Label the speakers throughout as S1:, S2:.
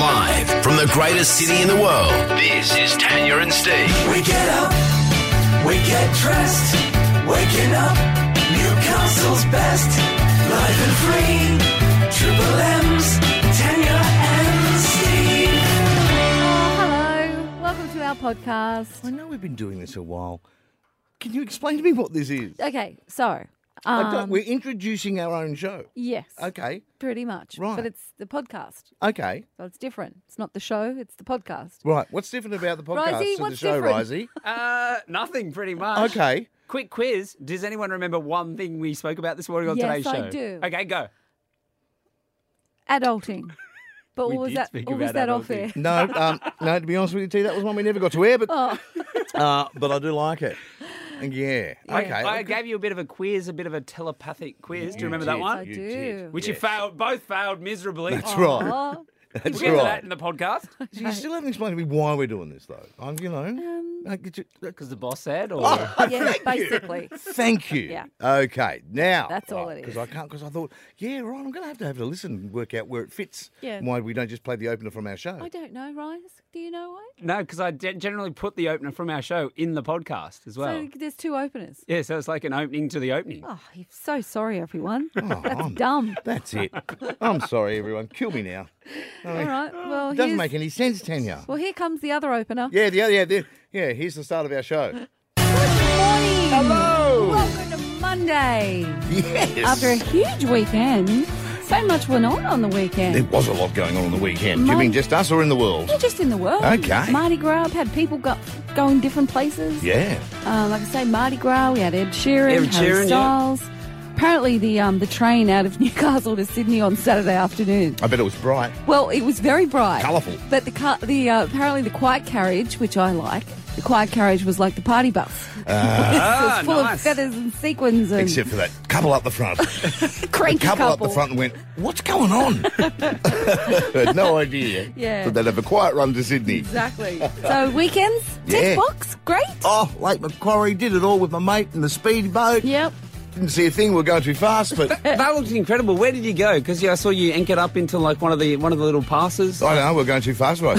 S1: Live from the greatest city in the world, this is Tanya and Steve.
S2: We get up, we get dressed, waking up, Newcastle's best, live and free, Triple M's, Tanya and Steve.
S3: Hello, welcome to our podcast.
S4: I know we've been doing this a while. Can you explain to me what this is?
S3: Okay, so
S4: I
S3: um,
S4: don't- we're introducing our own show.
S3: yes,
S4: Okay,
S3: pretty much,
S4: Right.
S3: But it's the podcast,
S4: okay,
S3: so it's different. It's not the show; it's the podcast.
S4: right. What's different about the podcast
S3: Risey,
S4: to the
S3: what's
S4: show,
S3: different?
S4: Risey?
S5: Uh, nothing, pretty much.
S4: Okay,
S5: Quick quiz. Does anyone remember one thing we spoke about this morning on
S3: Yes,
S5: today's
S3: I
S5: show?
S3: do.
S5: Okay, go.
S3: Adulting, but
S5: We
S3: what was
S5: did
S3: that?
S5: speak
S3: What was
S5: about
S3: that off
S5: adulting.
S3: air?
S4: no, um, no. To be honest with you, T, that was one we never got to air, but
S3: Oh.
S4: uh, but I do like it. And Yeah. Okay.
S5: I gave you a bit of a quiz, a bit of a telepathic quiz. do you remember that
S4: did.
S5: one?
S3: I
S4: You
S3: do.
S4: did.
S5: Which you
S4: Yes.
S5: failed, both failed miserably.
S4: That's right.
S3: Oh,
S4: That's
S5: We'll get to that
S4: right.
S5: in the podcast.
S4: So you still haven't explained to me why we're doing this, though. I'm, you know,
S3: Um,
S4: I get you-
S5: Because the boss said, or
S3: yeah, basically.
S4: Thank you.
S3: Yeah.
S4: Okay. Now
S3: That's all it
S4: Because
S3: is.
S4: I can't. Because I thought, yeah, right. I'm going to have to have a listen and work out where it fits.
S3: Yeah.
S4: Why we don't just play the opener from our show?
S3: I don't know, Rice. Do you know why?
S5: no, because I gen- generally put the opener from our show in the podcast as well.
S3: So there's two openers.
S5: yeah, so it's like an opening to the opening.
S3: Oh, I'm so sorry, everyone. That's
S4: I'm-
S3: dumb.
S4: That's it. I'm sorry, everyone. Kill me now.
S3: All right. Well,
S4: Doesn't
S3: here's-
S4: make any sense, Tanya.
S3: well, here comes the other opener.
S4: Yeah, the other, yeah, the, yeah. Here's the start of our show.
S3: Good morning.
S4: Hello.
S3: Welcome to Monday.
S4: Yes.
S3: After a huge weekend, so much went on on the
S4: there
S3: weekend.
S4: was a lot going on on the weekend. Do you
S3: Mine-
S4: mean just us or in the world?
S3: Not just in the world.
S4: Okay.
S3: Mardi Gras had people go, going different places.
S4: Yeah.
S3: Um, like I say, Mardi Gras. We had Ed Sheeran,
S5: Ed
S3: Harry
S5: Sheeran, yeah.
S3: Styles. Apparently, the um, the train out of Newcastle to Sydney on Saturday afternoon.
S4: I bet it was bright.
S3: Well, it was very bright,
S4: Colourful.
S3: But the car, the uh, apparently the quiet carriage, which I like, the quiet carriage was like the party bus.
S5: Ah,
S3: it was full of
S5: nice.
S3: feathers and sequins and
S4: Except for that couple up the front.
S3: cranky
S4: couple, up the front and went, what's going on? Had no idea.
S3: Yeah.
S4: But they'd have a quiet run to Sydney.
S3: Exactly. so weekends,
S4: Yeah.
S3: tech box, great.
S4: Oh, Lake Macquarie did it all with my mate and the speedboat.
S3: Yep.
S4: Didn't see a thing. We're going too fast, but
S5: That looked incredible. Where did you go? Because yeah, I saw you anchored up into like one of the one of the little passes.
S4: I know we're going too fast, right?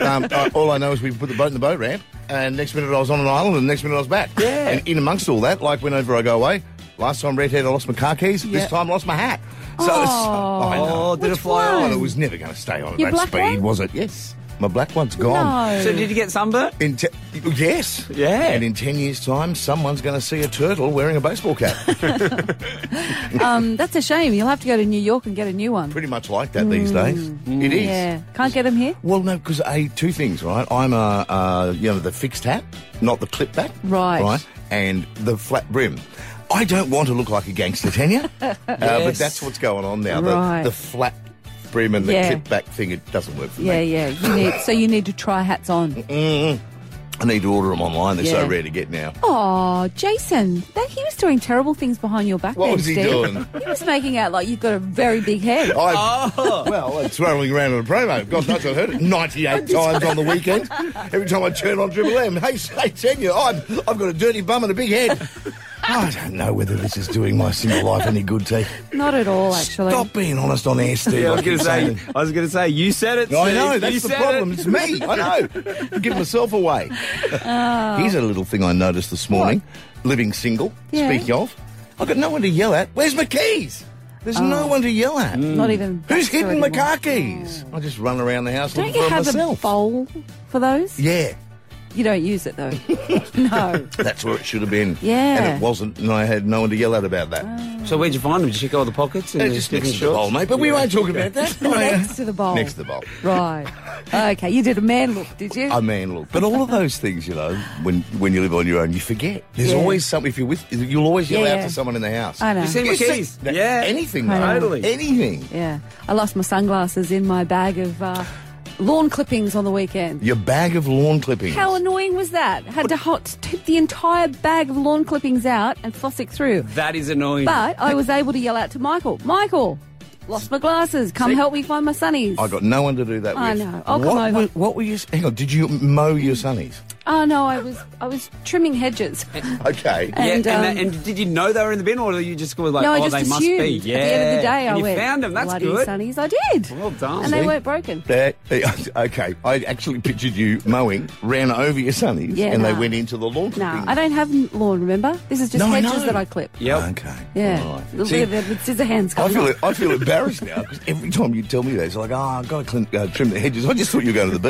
S4: um, I, all I know is we put the boat in the boat ramp, and next minute I was on an island, and next minute I was back.
S5: Yeah.
S4: And in amongst all that, like whenever I go away, last time redhead I lost my car keys.
S5: Yeah.
S4: This time I lost my hat. So it's,
S3: Oh.
S4: I know.
S5: Oh, did it
S3: Which
S5: fly
S3: one?
S5: on?
S4: It was never going to stay on at
S3: Your
S4: that
S3: black
S4: speed,
S3: one?
S4: was it? Yes. My black one's gone.
S3: No.
S5: So did you get sunburnt?
S4: In te- yes.
S5: Yeah.
S4: And in 10 years' time, someone's going to see a turtle wearing a baseball cap.
S3: um, that's a shame. You'll have to go to New York and get a new one.
S4: Pretty much like that these days. It is.
S3: Mm. Yeah. Can't get them here.
S4: Well, no, because a two things, right? I'm a uh, you know the fixed hat, not the clip back,
S3: Right.
S4: Right, and the flat brim. I don't want to look like a gangster, Tanya, uh, but
S5: Yes.
S4: that's what's going on now. The,
S3: Right.
S4: the flat brim and the
S3: Yeah.
S4: clip back thing, it doesn't work for
S3: Yeah,
S4: me.
S3: yeah. You need so you need to try hats on.
S4: I need to order them online. They're
S3: Yeah.
S4: so rare to get now.
S3: Oh, Jason, that he was doing terrible things behind your back.
S4: What
S3: then,
S4: was he
S3: Steve.
S4: doing? Oh.
S3: He was making out like you've got a very big head.
S4: I, Well, it's rolling around in a promo. God knows I've heard it 98 times on the weekend. Every time I turn on Triple M, hey, hey Tanya, I'm, I've got a dirty bum and a big head. I don't know whether this is doing my single life any good, T.
S3: Not at all, actually.
S4: Stop being honest on air, Steve. I keep saying.
S5: I was going to say, you said it.
S4: I know, that's the problem. It's me. I know. I'm giving myself away. Here's a little thing I noticed this morning. Living single,
S3: Yeah.
S4: speaking of. I've got no one to yell at. Where's my keys? There's no one to yell at.
S3: Not even. that's
S4: Who's hidden my
S3: already one.
S4: car keys? I just run around the house
S3: Don't
S4: looking
S3: you
S4: for
S3: have
S4: myself.
S3: a bowl for those?
S4: yeah,
S3: You don't use it though. no.
S4: that's where it should have been.
S3: Yeah. Oh.
S4: and it wasn't, and I had no one to yell at about that.
S5: So where'd you find them? Did you check all the pockets? And
S4: They're
S5: the
S4: just
S5: different
S4: next to the bowl,
S5: shorts?
S4: mate. But we
S5: Yeah.
S4: won't talk about that.
S3: Next to the bowl.
S4: Next to the bowl.
S3: Right. Okay. You did a man look, did you?
S4: I mean, look, but all of those things, you know, when when you live on your own, you forget. There's
S3: Yeah.
S4: always something. If you're with, you'll always yell
S3: Yeah,
S4: out
S3: yeah.
S4: to someone in the house.
S3: I know.
S5: You seen my
S4: You said
S5: keys?
S4: that-
S5: yeah.
S4: anything,
S3: I
S4: mate.
S3: know.
S5: Totally.
S4: anything.
S3: Yeah. I lost my sunglasses in my bag of uh, lawn clippings on the weekend.
S4: Your bag of lawn clippings.
S3: How annoying was that? Had to hot tip the entire bag of lawn clippings out and floss it through.
S5: That is annoying.
S3: But I was able to yell out to Michael, Michael, lost my glasses. Come
S5: See?
S3: help me find my sunnies.
S4: I got no one to do that
S3: I
S4: with.
S3: know. I'll
S4: what
S3: come over.
S4: Were, what were you? Hang on. Did you mow your sunnies?
S3: Oh no, I was I was trimming hedges.
S5: Oh,
S4: Okay.
S5: Yeah,
S3: And,
S5: and, that-
S3: um,
S5: and did you know they were in the bin, or you just were like,
S3: no,
S5: oh,
S3: I just
S5: they
S3: assumed
S5: must be?
S3: at the end of the day
S5: and
S3: I
S5: you
S3: went.
S5: found them. That's
S3: bloody
S5: good.
S3: Sunnies, I did.
S5: Well done.
S3: And they
S4: See?
S3: weren't broken.
S4: There- there- okay, I actually pictured you mowing, ran over your sunnies,
S3: Yeah,
S4: and they
S3: nah.
S4: went into the lawn.
S3: No,
S4: clipping.
S3: I don't have n- lawn. Remember, this is just
S4: No, I
S3: hedges
S4: know.
S3: that I clip.
S5: Yep.
S4: Okay.
S3: Yeah,
S4: all right.
S3: a little
S4: See,
S3: bit of the scissor hands
S4: I
S3: going.
S4: feel
S3: on.
S4: I feel embarrassed now because every time you tell me that, it's like, oh, I've got to clean, uh, trim the hedges. I just thought you were going to the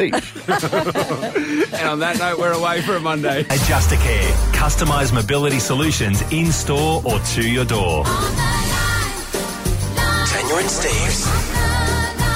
S4: beach.
S5: And on that note, we're away for a Monday.
S6: Adjustacare. Customised mobility solutions in store or to your door.
S1: Tanya and Steve's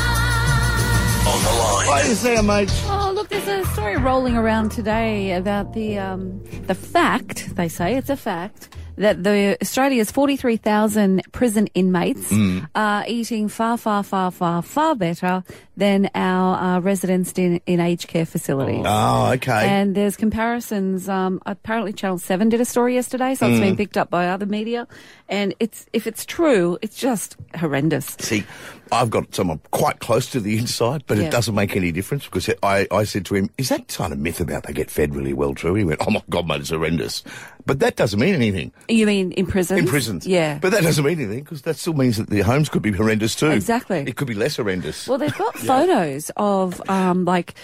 S1: on the line.
S4: I just say, mate.
S3: Oh, look, there's a story rolling around today about the um, the fact they say it's a fact that the Australia's 43,000 prison inmates
S4: Mm.
S3: are eating far, far, far, far, far better than our uh, residents in, in aged care facilities.
S4: Oh, okay.
S3: And there's comparisons. Um, apparently, Channel Seven did a story yesterday, so it's
S4: Mm.
S3: been picked up by other media. And it's if it's true, it's just horrendous.
S4: See, I've got someone quite close to the inside, but
S3: Yeah.
S4: it doesn't make any difference because I, I said to him, Is that kind of myth about they get fed really well true? He went, Oh my God, mate, it's horrendous. But that doesn't mean anything
S3: You mean in prisons?
S4: in prisons.
S3: Yeah.
S4: But that doesn't mean anything because that still means that the homes could be horrendous too.
S3: Exactly.
S4: It could be less horrendous.
S3: Well, they've got photos of um, like,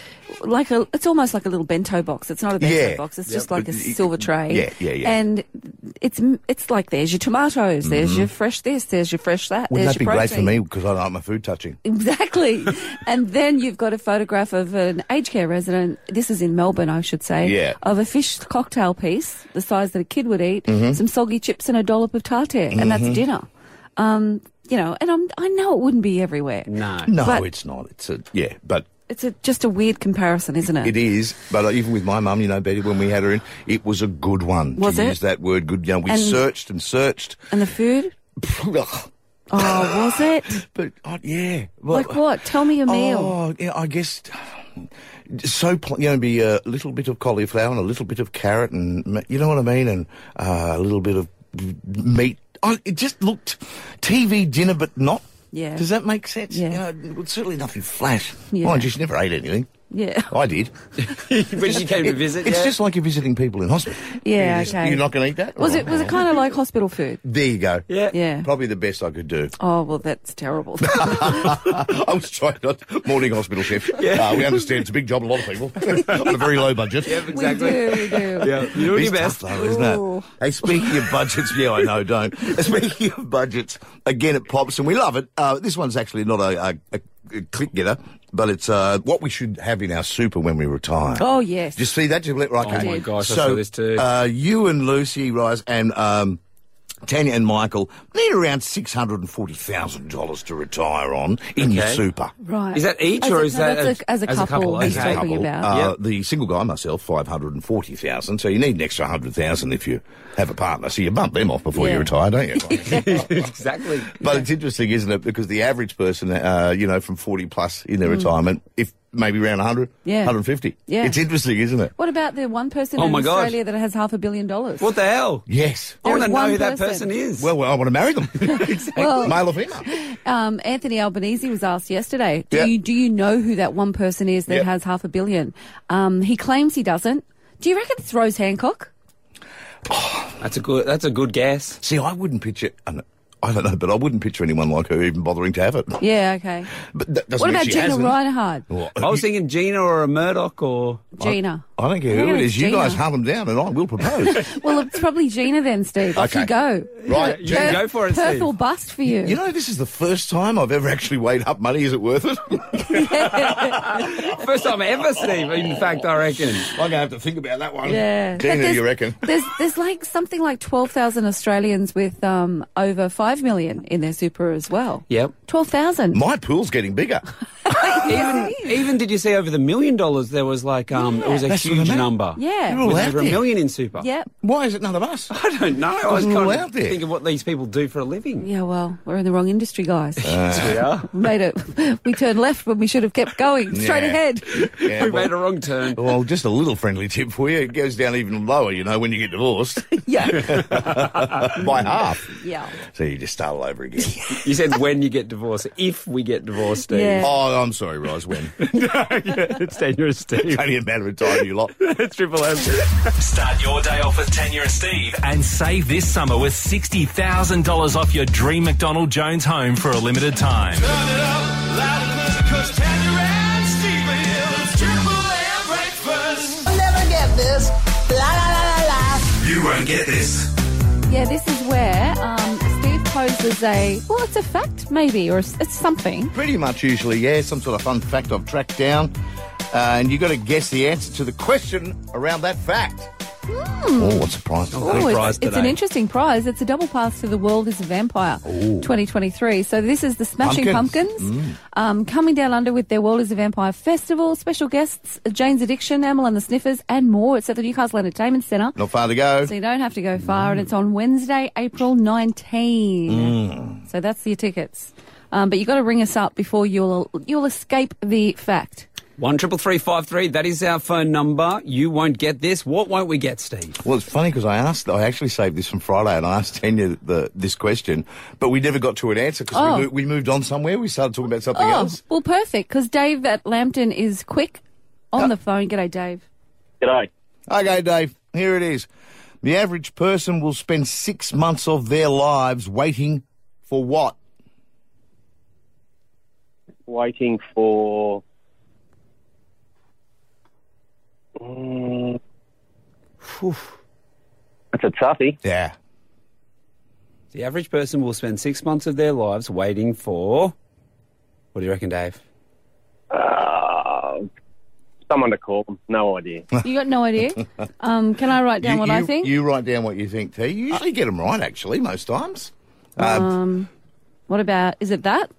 S3: like a. It's almost like a little bento box. It's not a bento
S4: Yeah.
S3: box. It's
S4: Yeah.
S3: just like
S4: But
S3: this
S4: you-
S3: silver tray.
S4: yeah, yeah, yeah.
S3: And it's it's like there's your tomatoes, there's your fresh this, there's your fresh that.
S4: Mm-hmm. Wouldn't
S3: there's
S4: that be
S3: your
S4: great for
S3: protein.
S4: me because I don't like my food touching?
S3: Exactly. and then you've got a photograph of an aged care resident. This is in Melbourne, I should say.
S4: Yeah.
S3: Of a fish cocktail piece, the size that a kid would eat,
S4: Mm-hmm.
S3: some soggy chips and a dollop of tartare, and that's dinner. Um, you know, and I'm, I know it wouldn't be everywhere.
S5: No.
S4: No,
S3: But-
S4: it's not. It's a, yeah, but
S3: It's a, just a weird comparison, isn't it?
S4: It is, but uh, even with my mum, you know, Betty, when we had her in, it was a good one.
S3: Was
S4: to
S3: it?
S4: Use that word, good. You know, we
S3: And-
S4: searched and searched.
S3: And the food? Oh, was it?
S4: but uh, yeah, well,
S3: like what? Tell me a meal.
S4: Oh, yeah, I guess so. Pl- you know, be a little bit of cauliflower and a little bit of carrot, and ma- you know what I mean, and uh, a little bit of meat. I, it just looked TV dinner, but not.
S3: Yeah.
S4: Does that make sense?
S3: Yeah.
S4: You know, certainly nothing flash.
S3: Yeah.
S4: Mind you, she never ate anything.
S3: Yeah.
S4: I did.
S5: when she came to
S4: It-
S5: visit,
S4: It's
S5: yeah?
S4: just like you're visiting people in hospital.
S3: Yeah,
S4: You're just-
S3: okay.
S4: You're not going to eat that.
S3: Was
S4: Oh,
S3: it was it
S4: well.
S3: kind of like hospital food?
S4: There you go.
S5: yeah.
S3: Yeah.
S4: Probably the best I could do.
S3: Oh well, that's terrible.
S4: I was trying not morning hospital chef. Uh, we understand it's a big job, a lot of people on a very low budget.
S3: we
S5: Exactly.
S3: do, we do.
S5: Yeah. You're doing
S4: It's
S5: your best.
S4: tough though, isn't it?
S3: Ooh.
S4: Hey, speaking of budgets, yeah, I know, don't. Speaking of budgets, again, it pops and we love it. Uh, this one's actually not a, a, a, a click getter, but it's uh, what we should have in our super when we retire.
S3: Oh yes.
S4: Did you see that? Did you let right?
S5: Oh my gosh, I
S4: so,
S5: saw this too.
S4: Uh, you and Lucy Rise and um, Tanya and Michael need around six hundred and forty thousand dollars to retire on in your
S5: Okay.
S4: super.
S3: right.
S5: Is that each,
S3: As
S5: or
S3: a-
S5: is
S3: no,
S5: that
S3: that's
S5: a-
S3: a, as, a
S5: as a couple,
S3: couple? he's
S5: okay.
S3: talking
S4: Couple.
S3: about.
S4: Uh,
S5: Yep.
S4: The single guy, myself, five hundred and forty thousand. So you need an extra hundred thousand if you have a partner. So you bump them off before
S3: Yeah.
S4: you retire, don't you?
S5: exactly.
S4: But it's interesting, isn't it? Because the average person, uh, you know, from forty plus in their retirement, if maybe around 100,
S3: Hmm. Yeah.
S4: 150.
S3: Yeah.
S4: It's interesting, isn't it?
S3: What about the one person
S5: Oh
S3: in
S5: my God.
S3: Australia that has half a billion dollars?
S5: What the hell?
S4: Yes.
S5: I want to
S3: There's
S5: know
S3: one
S5: who that
S3: person.
S5: person is.
S4: Well, well, I want to marry them. exactly.
S3: Well-
S4: Male or female.
S3: Um, Anthony Albanese was asked yesterday, do,
S4: Yeah.
S3: you, do you know who that one person is that
S4: Yeah.
S3: has half a billion? Um, he claims he doesn't. Do you reckon it's Rose Hancock?
S5: that's a good. That's a good guess.
S4: See, I wouldn't picture. I don't- I don't know, but I wouldn't picture anyone like her even bothering to have it.
S3: Yeah, okay.
S4: But that doesn't
S3: What
S4: mean
S3: about
S4: she
S3: Gina
S4: hasn't.
S3: Reinhardt?
S4: Well,
S5: I was
S4: you-
S5: thinking Gina or a Murdoch or.
S3: Gina.
S4: I don't care who
S3: reckon
S4: it
S3: it's
S4: is. You
S3: Gina.
S4: guys hunt them down, and I will propose.
S3: Well, it's probably Gina then, Steve. Off you
S4: Okay.
S3: go.
S4: Right,
S5: You can go for it, Steve.
S3: Purple bust for you.
S4: you know, this is the first time I've ever actually weighed up money. Is it worth it? I'm
S5: First time ever, Steve. In fact, I reckon.
S4: gonna have to think about that one.
S3: yeah. But
S4: Gina,
S3: there's-
S4: you reckon?
S3: There's there's like something like twelve thousand Australians with um, over five million in their super as well.
S5: Yep.
S3: Twelve thousand.
S4: My pool's getting bigger.
S5: Even, even did you see over the million dollars? There was like um, it was a
S4: That's what I
S5: huge
S4: meant.
S5: number.
S3: Yeah.
S4: You're all
S5: With
S4: out
S5: over a
S4: there.
S5: million in super.
S3: Yep.
S4: Why is it none of us?
S5: I don't know. I was
S4: They're
S5: kind
S4: all
S5: of
S4: out there.
S5: thinking what these people do for a living.
S3: Yeah, well, we're in the wrong industry, guys.
S4: Uh.
S5: Yes, we are.
S3: We made it. We turned left when we should have kept going straight
S4: Yeah.
S3: ahead.
S4: Yeah,
S5: we
S4: well,
S5: made a wrong turn.
S4: well, just a little friendly tip for you. It goes down even lower, you know, when you get divorced
S3: Yeah,
S4: by half.
S3: yeah.
S4: So you just start all over again.
S5: You said when you get divorced, if we get divorced, Steve.
S3: Yeah.
S4: Oh, I'm sorry, Ros. When?
S5: it's Daniel and Steve.
S4: It's only a matter of time, you lot.
S5: it's Triple M.
S6: Start your day off with Tanya and Steve and save this summer with $60,000 off your dream McDonald Jones home for a limited time.
S7: Turn it up loud enough, 'cause Tanya and Steve are here. It's Triple M breakfast.
S8: never get this. La la la la la.
S1: You won't get this.
S3: Yeah, this is where um, Steve poses a, well, it's a fact maybe, or it's it's something.
S4: Pretty much usually, yeah, some sort of fun fact I've tracked down. Uh, and you've got to guess the answer to the question around that fact. Oh, what surprise.
S3: Hmm. Oh,
S5: prize
S3: it's, it's an
S5: today.
S3: interesting prize. It's a double pass to the world is a vampire 2023. So this is the Smashing Pumpkins,
S4: Pumpkins.
S3: um, coming down under with their World is a Vampire Festival. Special guests, Jane's Addiction, Amel and the Sniffers, and more. It's at the Newcastle Entertainment Centre.
S4: Not far to go.
S3: So you don't have to go far, and it's on Wednesday, April 19. So that's your tickets. Um, but you've got to ring us up before you'll you'll escape the fact.
S5: One triple three five three. That is our phone number. You won't get this. What won't we get, Steve?
S4: Well, it's funny because I asked, I actually saved this from Friday and I asked Tanya the, this question, but we never got to an answer because
S3: Oh.
S4: we, mo- we moved on somewhere. We started talking about something
S3: Oh,
S4: else.
S3: well, perfect, because Dave at Lambton is quick
S4: Uh,
S3: on the phone. G'day, Dave.
S9: G'day.
S4: Okay, Dave, here it is. The average person will spend six months of their lives waiting for what?
S9: Waiting for. Mm. That's a toughie.
S4: Yeah.
S5: The average person will spend six months of their lives waiting for. What do you reckon, Dave?
S9: Uh, someone to call them. No idea.
S3: You got no idea. Um, can I write down
S4: you,
S3: what
S4: you,
S3: I think?
S4: You write down what you think, T. You usually get them right, actually, most times. Um,
S3: what about? Is it that?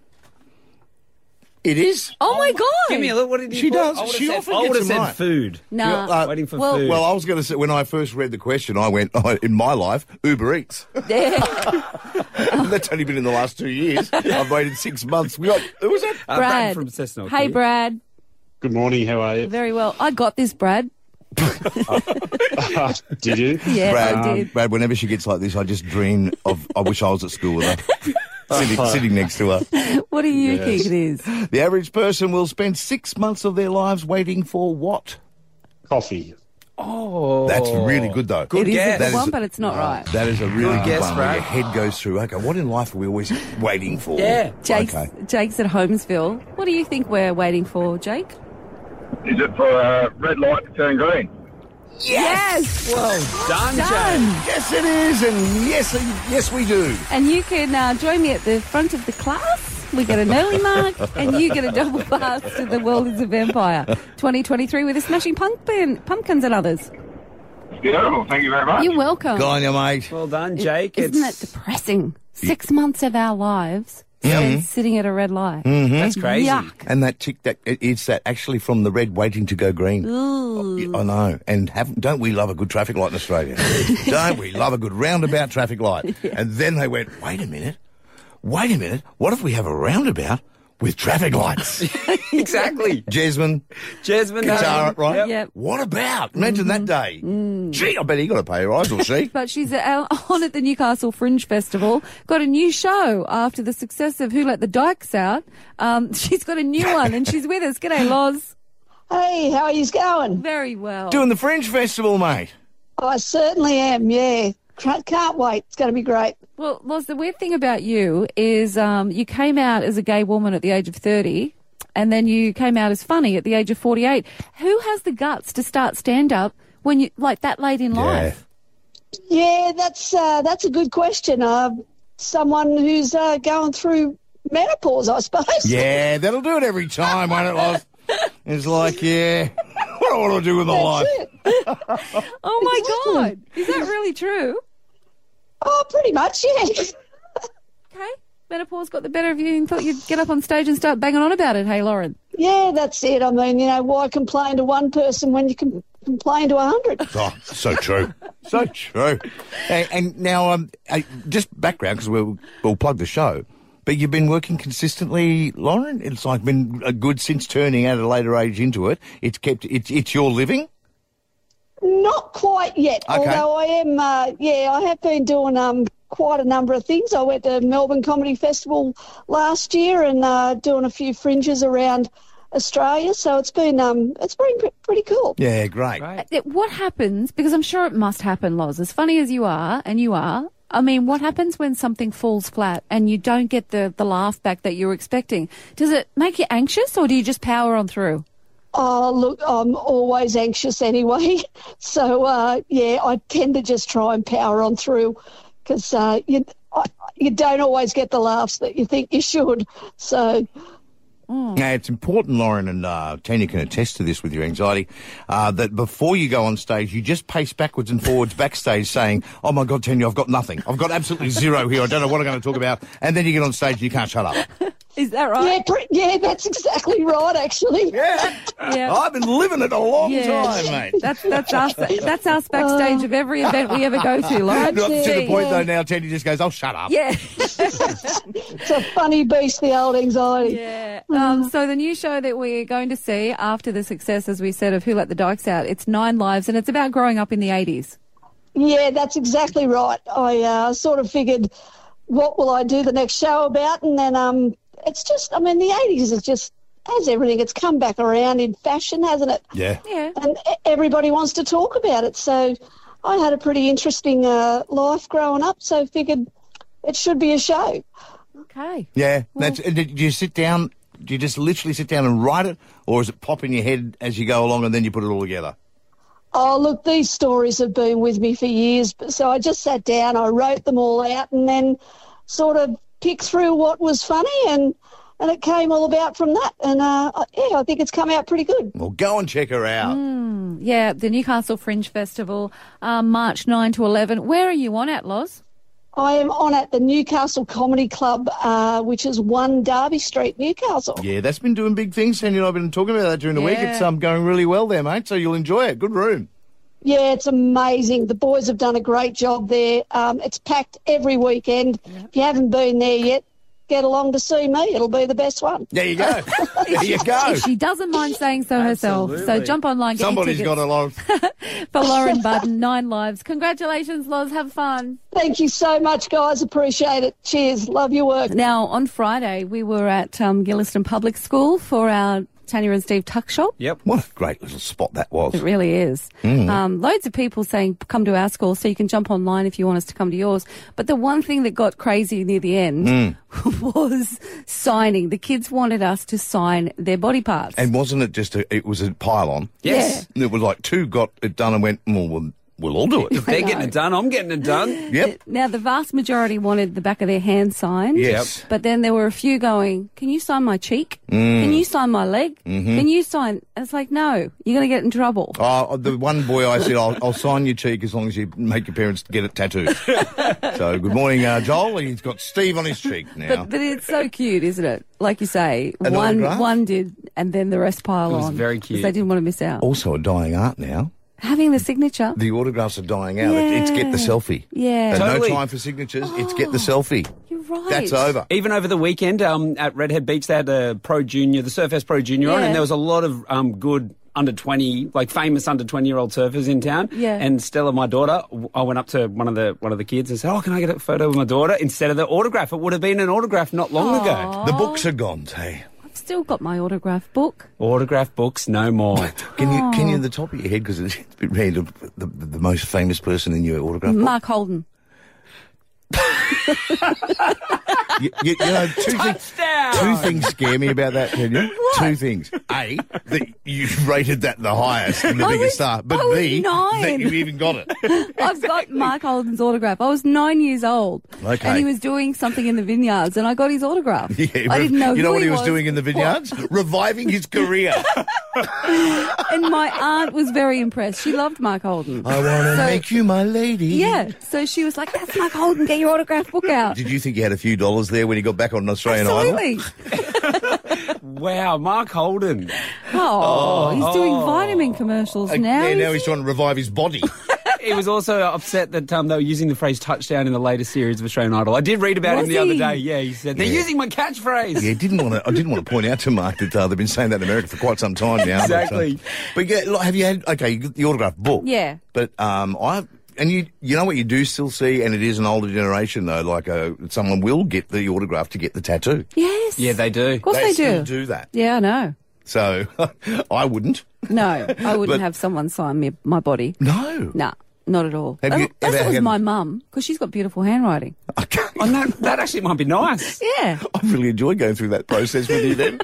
S4: it is.
S3: Oh, my god!
S5: Give me a look. What did you?
S4: She
S5: put?
S4: does.
S5: I would've
S4: She
S5: said,
S4: often
S5: I
S4: gets
S5: would've
S4: them
S5: said
S4: right.
S5: food.
S3: Nah.
S4: You're, uh,
S5: Waiting for
S3: well,
S5: food.
S4: Well, I was going to say, when I first read the question, I went, oh, in my life, Uber Eats. That's only been in the last two years. I've waited six months. We got, who was that?
S5: Uh,
S3: Brad.
S5: from Cessnock.
S3: hey, Brad.
S10: Good morning. How are you?
S3: Very well. I got this, Brad.
S10: Did you?
S3: Yeah,
S4: Brad,
S3: I did.
S4: Brad, whenever she gets like this, I just dream of, I wish I was at school with her. Sitting, sitting next to her.
S3: What do you think it is?
S4: The average person will spend six months of their lives waiting for what?
S10: Coffee.
S5: Oh,
S4: That's really good, though.
S3: It is
S5: guess. That
S3: a good
S5: is-
S3: one, but it's not right.
S4: That is a really
S5: Good
S4: good
S5: guess,
S4: one.
S5: Brad.
S4: Where your head goes through. Okay, what in life are we always waiting for?
S5: Yeah.
S3: Jake's,
S4: Okay.
S3: Jake's at Holmesville. What do you think we're waiting for, Jake?
S9: Is it for a red light to turn green?
S3: Yes!
S5: Well done, Jake.
S3: Done!
S4: Yes, it is, and yes, yes, we do.
S3: And you can uh, join me at the front of the class. We get an early mark, and you get a double pass to The World is a Vampire 2023 with the Smashing Pumpkin, Pumpkins and others.
S9: Beautiful. Thank you very much.
S3: You're welcome.
S4: Go on, you mate.
S5: Well done, Jake.
S3: Isn't that depressing? Six months of our lives spent sitting at a red light.
S5: that's crazy.
S3: Yuck.
S4: And that tick, that it- it's that actually from the red waiting to go green. Oh, I know. And have, don't we love a good traffic light in Australia? don't we love a good roundabout traffic light? And then they went, wait a minute, wait a minute. What if we have a roundabout with traffic lights?
S5: Exactly.
S4: Jasmine,
S5: Jasmine. uh,
S4: Katara, right?
S5: Yep.
S3: Yep.
S4: What about? Imagine that day. Gee, I bet he got to pay her eyes, or she.
S3: But she's uh, on at the Newcastle Fringe Festival. Got a new show after the success of Who Let the Dykes Out. Um, she's got a new one, and she's with us. G'day, Loz.
S8: Hey, how are you going? Oh,
S3: Very well.
S4: Doing the Fringe Festival, mate.
S8: I certainly am. Yeah, Can't- can't wait. It's going to be great.
S3: Well, Loz, the weird thing about you is um, you came out as a gay woman at the age of 30, and then you came out as funny at the age of 48. Who has the guts to start stand up when you, like, that late in life?
S8: Yeah, that's uh, that's a good question. Uh, someone who's uh, going through menopause, I suppose.
S4: Yeah, that'll do it every time, won't it, Loz? It's like, yeah, what do I want to do with my life?
S8: That's it.
S3: Oh my God.
S8: Exactly.
S3: Is that really true?
S8: Oh, pretty much. Yeah.
S3: Okay. Menopause got the better of you and thought you'd get up on stage and start banging on about it. Hey, Lauren.
S8: Yeah, that's it. I mean, you know, why complain to one person when you can complain to a hundred?
S4: Oh, so true. so true. And, and now, um, I, just background, because we'll, we'll plug the show. But you've been working consistently, Lauren. It's like been a good since turning at a later age into it. It's kept. It's it's your living.
S8: Not quite yet.
S4: Okay.
S8: Although I am, uh, yeah, I have been doing um quite a number of things. I went to Melbourne Comedy Festival last year and uh, doing a few fringes around Australia. So it's been um, it's been pre- pretty cool.
S4: Yeah, great.
S3: It- What happens, because I'm sure it must happen, Loz, as funny as you are, and you are, I mean, what happens when something falls flat and you don't get the, the laugh back that you were expecting? Does it make you anxious or do you just power on through?
S8: Oh, look, I'm always anxious anyway. So, uh, yeah, I tend to just try and power on through because uh, you, I- you don't always get the laughs that you think you should. So,
S4: Now, it's important, Lauren and uh, Tanya can attest to this with your anxiety, uh, that before you go on stage, you just pace backwards and forwards backstage saying, Oh my God, Tanya, I've got nothing. I've got absolutely zero here. I don't know what I'm going to talk about. And then you get on stage and you can't shut up.
S3: Is that right?
S8: Yeah, pre- yeah that's exactly right, actually.
S4: Yeah. Oh.
S3: Yeah.
S4: I've been living it a long time, mate.
S3: That's, that's, us, that's us backstage of every event we ever go to, Lauren.
S4: Not to the
S3: Gee.
S4: point, though, now Tanya just goes, Oh, shut up.
S3: Yeah.
S8: It's a funny beast, the old anxiety.
S3: Yeah. Um, so the new show that we're going to see after the success, as we said, of Who Let the Dykes Out, it's Nine Lives, and it's about growing up in the 80s.
S8: Yeah, that's exactly right. I uh, sort of figured, what will I do the next show about? And then um, it's just, I mean, the 80s is just, has everything. It's come back around in fashion, hasn't it?
S4: Yeah.
S3: Yeah.
S8: and e- everybody wants to talk about it. So I had a pretty interesting uh, life growing up, so figured it should be a show.
S3: Okay.
S4: Yeah. That's, uh, do you sit down? Do you just literally sit down and write it? Or is it pop in your head as you go along and then you put it all together?
S8: Oh, look, these stories have been with me for years, but so I just sat down, I wrote them all out, and then sort of picked through what was funny and. And it came all about from that, and uh, I- yeah, I think it's come out pretty good.
S4: Well, go and check her out.
S3: Mm. Yeah, the Newcastle Fringe Festival, um, March 9 to 11. Where are you on at, Loz?
S8: I am on at the Newcastle Comedy Club, uh, which is one Derby Street, Newcastle.
S4: Yeah, that's been doing big things, Sandy and I've been talking about that during the week.
S3: Yeah.
S4: It's um, going really well there, mate, so you'll enjoy it. Good room.
S8: Yeah, it's amazing. The boys have done a great job there. Um, it's packed every weekend. If you haven't been there yet, get along to see me. It'll be the best one.
S4: There you go. there you go.
S3: She doesn't mind saying so herself. So
S5: Absolutely.
S3: jump online. Get
S4: Somebody's
S3: your
S4: got a
S3: tickets
S4: lot of...
S3: for Lauren Budden, Nine Lives. Congratulations, Loz. Have fun.
S8: Thank you so much, guys. Appreciate it. Cheers. Love your work.
S3: Now, on Friday, we were at um, Gilliston Public School for our Tanya and Steve Tuck Shop.
S5: Yep.
S4: What a great little spot that was.
S3: It really is. Um, loads of people saying, come to our school, so you can jump online if you want us to come to yours. But the one thing that got crazy near the end was signing. The kids wanted us to sign their body parts.
S4: And wasn't it just a... It was a pile-on.
S5: Yes.
S4: It was like two got it done and went, well, we'll, we'll all do it.
S5: If they're getting it done, I'm getting it done.
S4: yep.
S3: now, the vast majority wanted the back of their hand signed.
S4: Yes.
S3: But then there were a few going, can you sign my cheek?
S4: Mm.
S3: Can you sign my leg? Can you sign? And it's like, no, you're going to get in trouble.
S4: Mm-hmm. Oh, the one boy I said, I'll, I'll sign your cheek as long as you make your parents get it tattooed. so, good morning, uh, Joel. He's got Steve on his cheek now.
S3: But, but it's so cute, isn't it? Like you say,
S4: An
S3: one
S4: autograph?
S3: one did, and then the rest pile
S5: It was
S3: on.
S5: very
S3: 'cause
S5: cute.
S3: They didn't want to miss out.
S4: also a dying art now.
S3: Having the signature.
S4: Oh. The autographs are dying out. It- It's get the
S3: Yeah.
S4: selfie.
S3: Yeah.
S4: There's
S5: Totally.
S4: no time for signatures. It's get the selfie.
S3: You're right.
S4: That's over.
S5: Even over the weekend um, at Redhead Beach, they had a pro junior, the Surfers Pro Junior on,
S3: Yeah.
S5: and there was a lot of um, good under 20, like famous under 20 year old surfers in town.
S3: Yeah.
S5: And Stella, my daughter, w- I went up to one of the one of the kids and said, "Oh, can I get a photo with my daughter instead of the autograph? It would have been an autograph not long ago."
S4: The books are
S3: Oh.
S4: gone, Tay.
S3: I've still got my autograph book.
S5: Autograph books, no more.
S4: Can you can
S3: Oh.
S4: you the top of your head because it's a bit random the, the, the most famous person in your autograph? book?
S3: Mark Holden.
S4: you, you- you know, two, things,
S5: Touchdown!
S4: two things scare me about that, Tanya. Two things: a that you rated that the highest and the
S3: I
S4: biggest
S3: was-
S4: star,
S3: I
S4: but
S3: was
S4: b that
S3: nine.
S4: you even got it.
S3: I've got Mark Holden's autograph. I was nine years old.
S4: Okay.
S3: And he was doing something in the vineyards, and I got his autograph.
S4: Yeah,
S3: I didn't know
S4: You
S3: who
S4: know what
S3: he
S4: he was, doing in the vineyards? Reviving his career.
S3: And my aunt was very impressed. She loved Mark Holden.
S4: I want to
S3: So-
S4: make you my lady.
S3: yeah. So she was like, that's Mark Holden. Get your autograph book out.
S4: Did you think you had a few dollars there when he got back on Australian Idol?
S3: Absolutely.
S5: wow, Mark Holden.
S3: Oh, he's doing vitamin commercials
S4: Uh,
S3: now.
S4: yeah,
S3: is
S4: now
S3: he?
S4: he's trying to revive his body.
S5: He was also upset that um, they were using the phrase touchdown in the latest series of Australian Idol. I did read about
S3: Was
S5: him the other
S3: he?
S5: day. Yeah, he said, they're
S4: Yeah.
S5: using my catchphrase.
S4: yeah, didn't want to. I didn't want to point out to Mark that uh, they've been saying that in America for quite some time now.
S5: Exactly.
S4: But, um, but yeah, like, have you had okay you got the autograph book?
S3: Yeah.
S4: But um, I and you you know what you do still see, and it is an older generation though. Like uh, someone will get the autograph to get the tattoo.
S3: Yes.
S5: Yeah, they do.
S3: Of course they,
S4: still
S3: do.
S4: do that.
S3: Yeah, I know.
S4: So I wouldn't.
S3: No, I wouldn't
S4: But-
S3: have someone sign me my body.
S4: No.
S3: Nah, not at all. Oh,
S4: Have
S3: That,
S4: you
S3: that's
S4: ever
S3: what was
S4: had-
S3: my mum because she's got beautiful handwriting.
S5: Oh, no, that actually might be nice.
S3: Yeah.
S4: I really enjoyed going through that process with you then.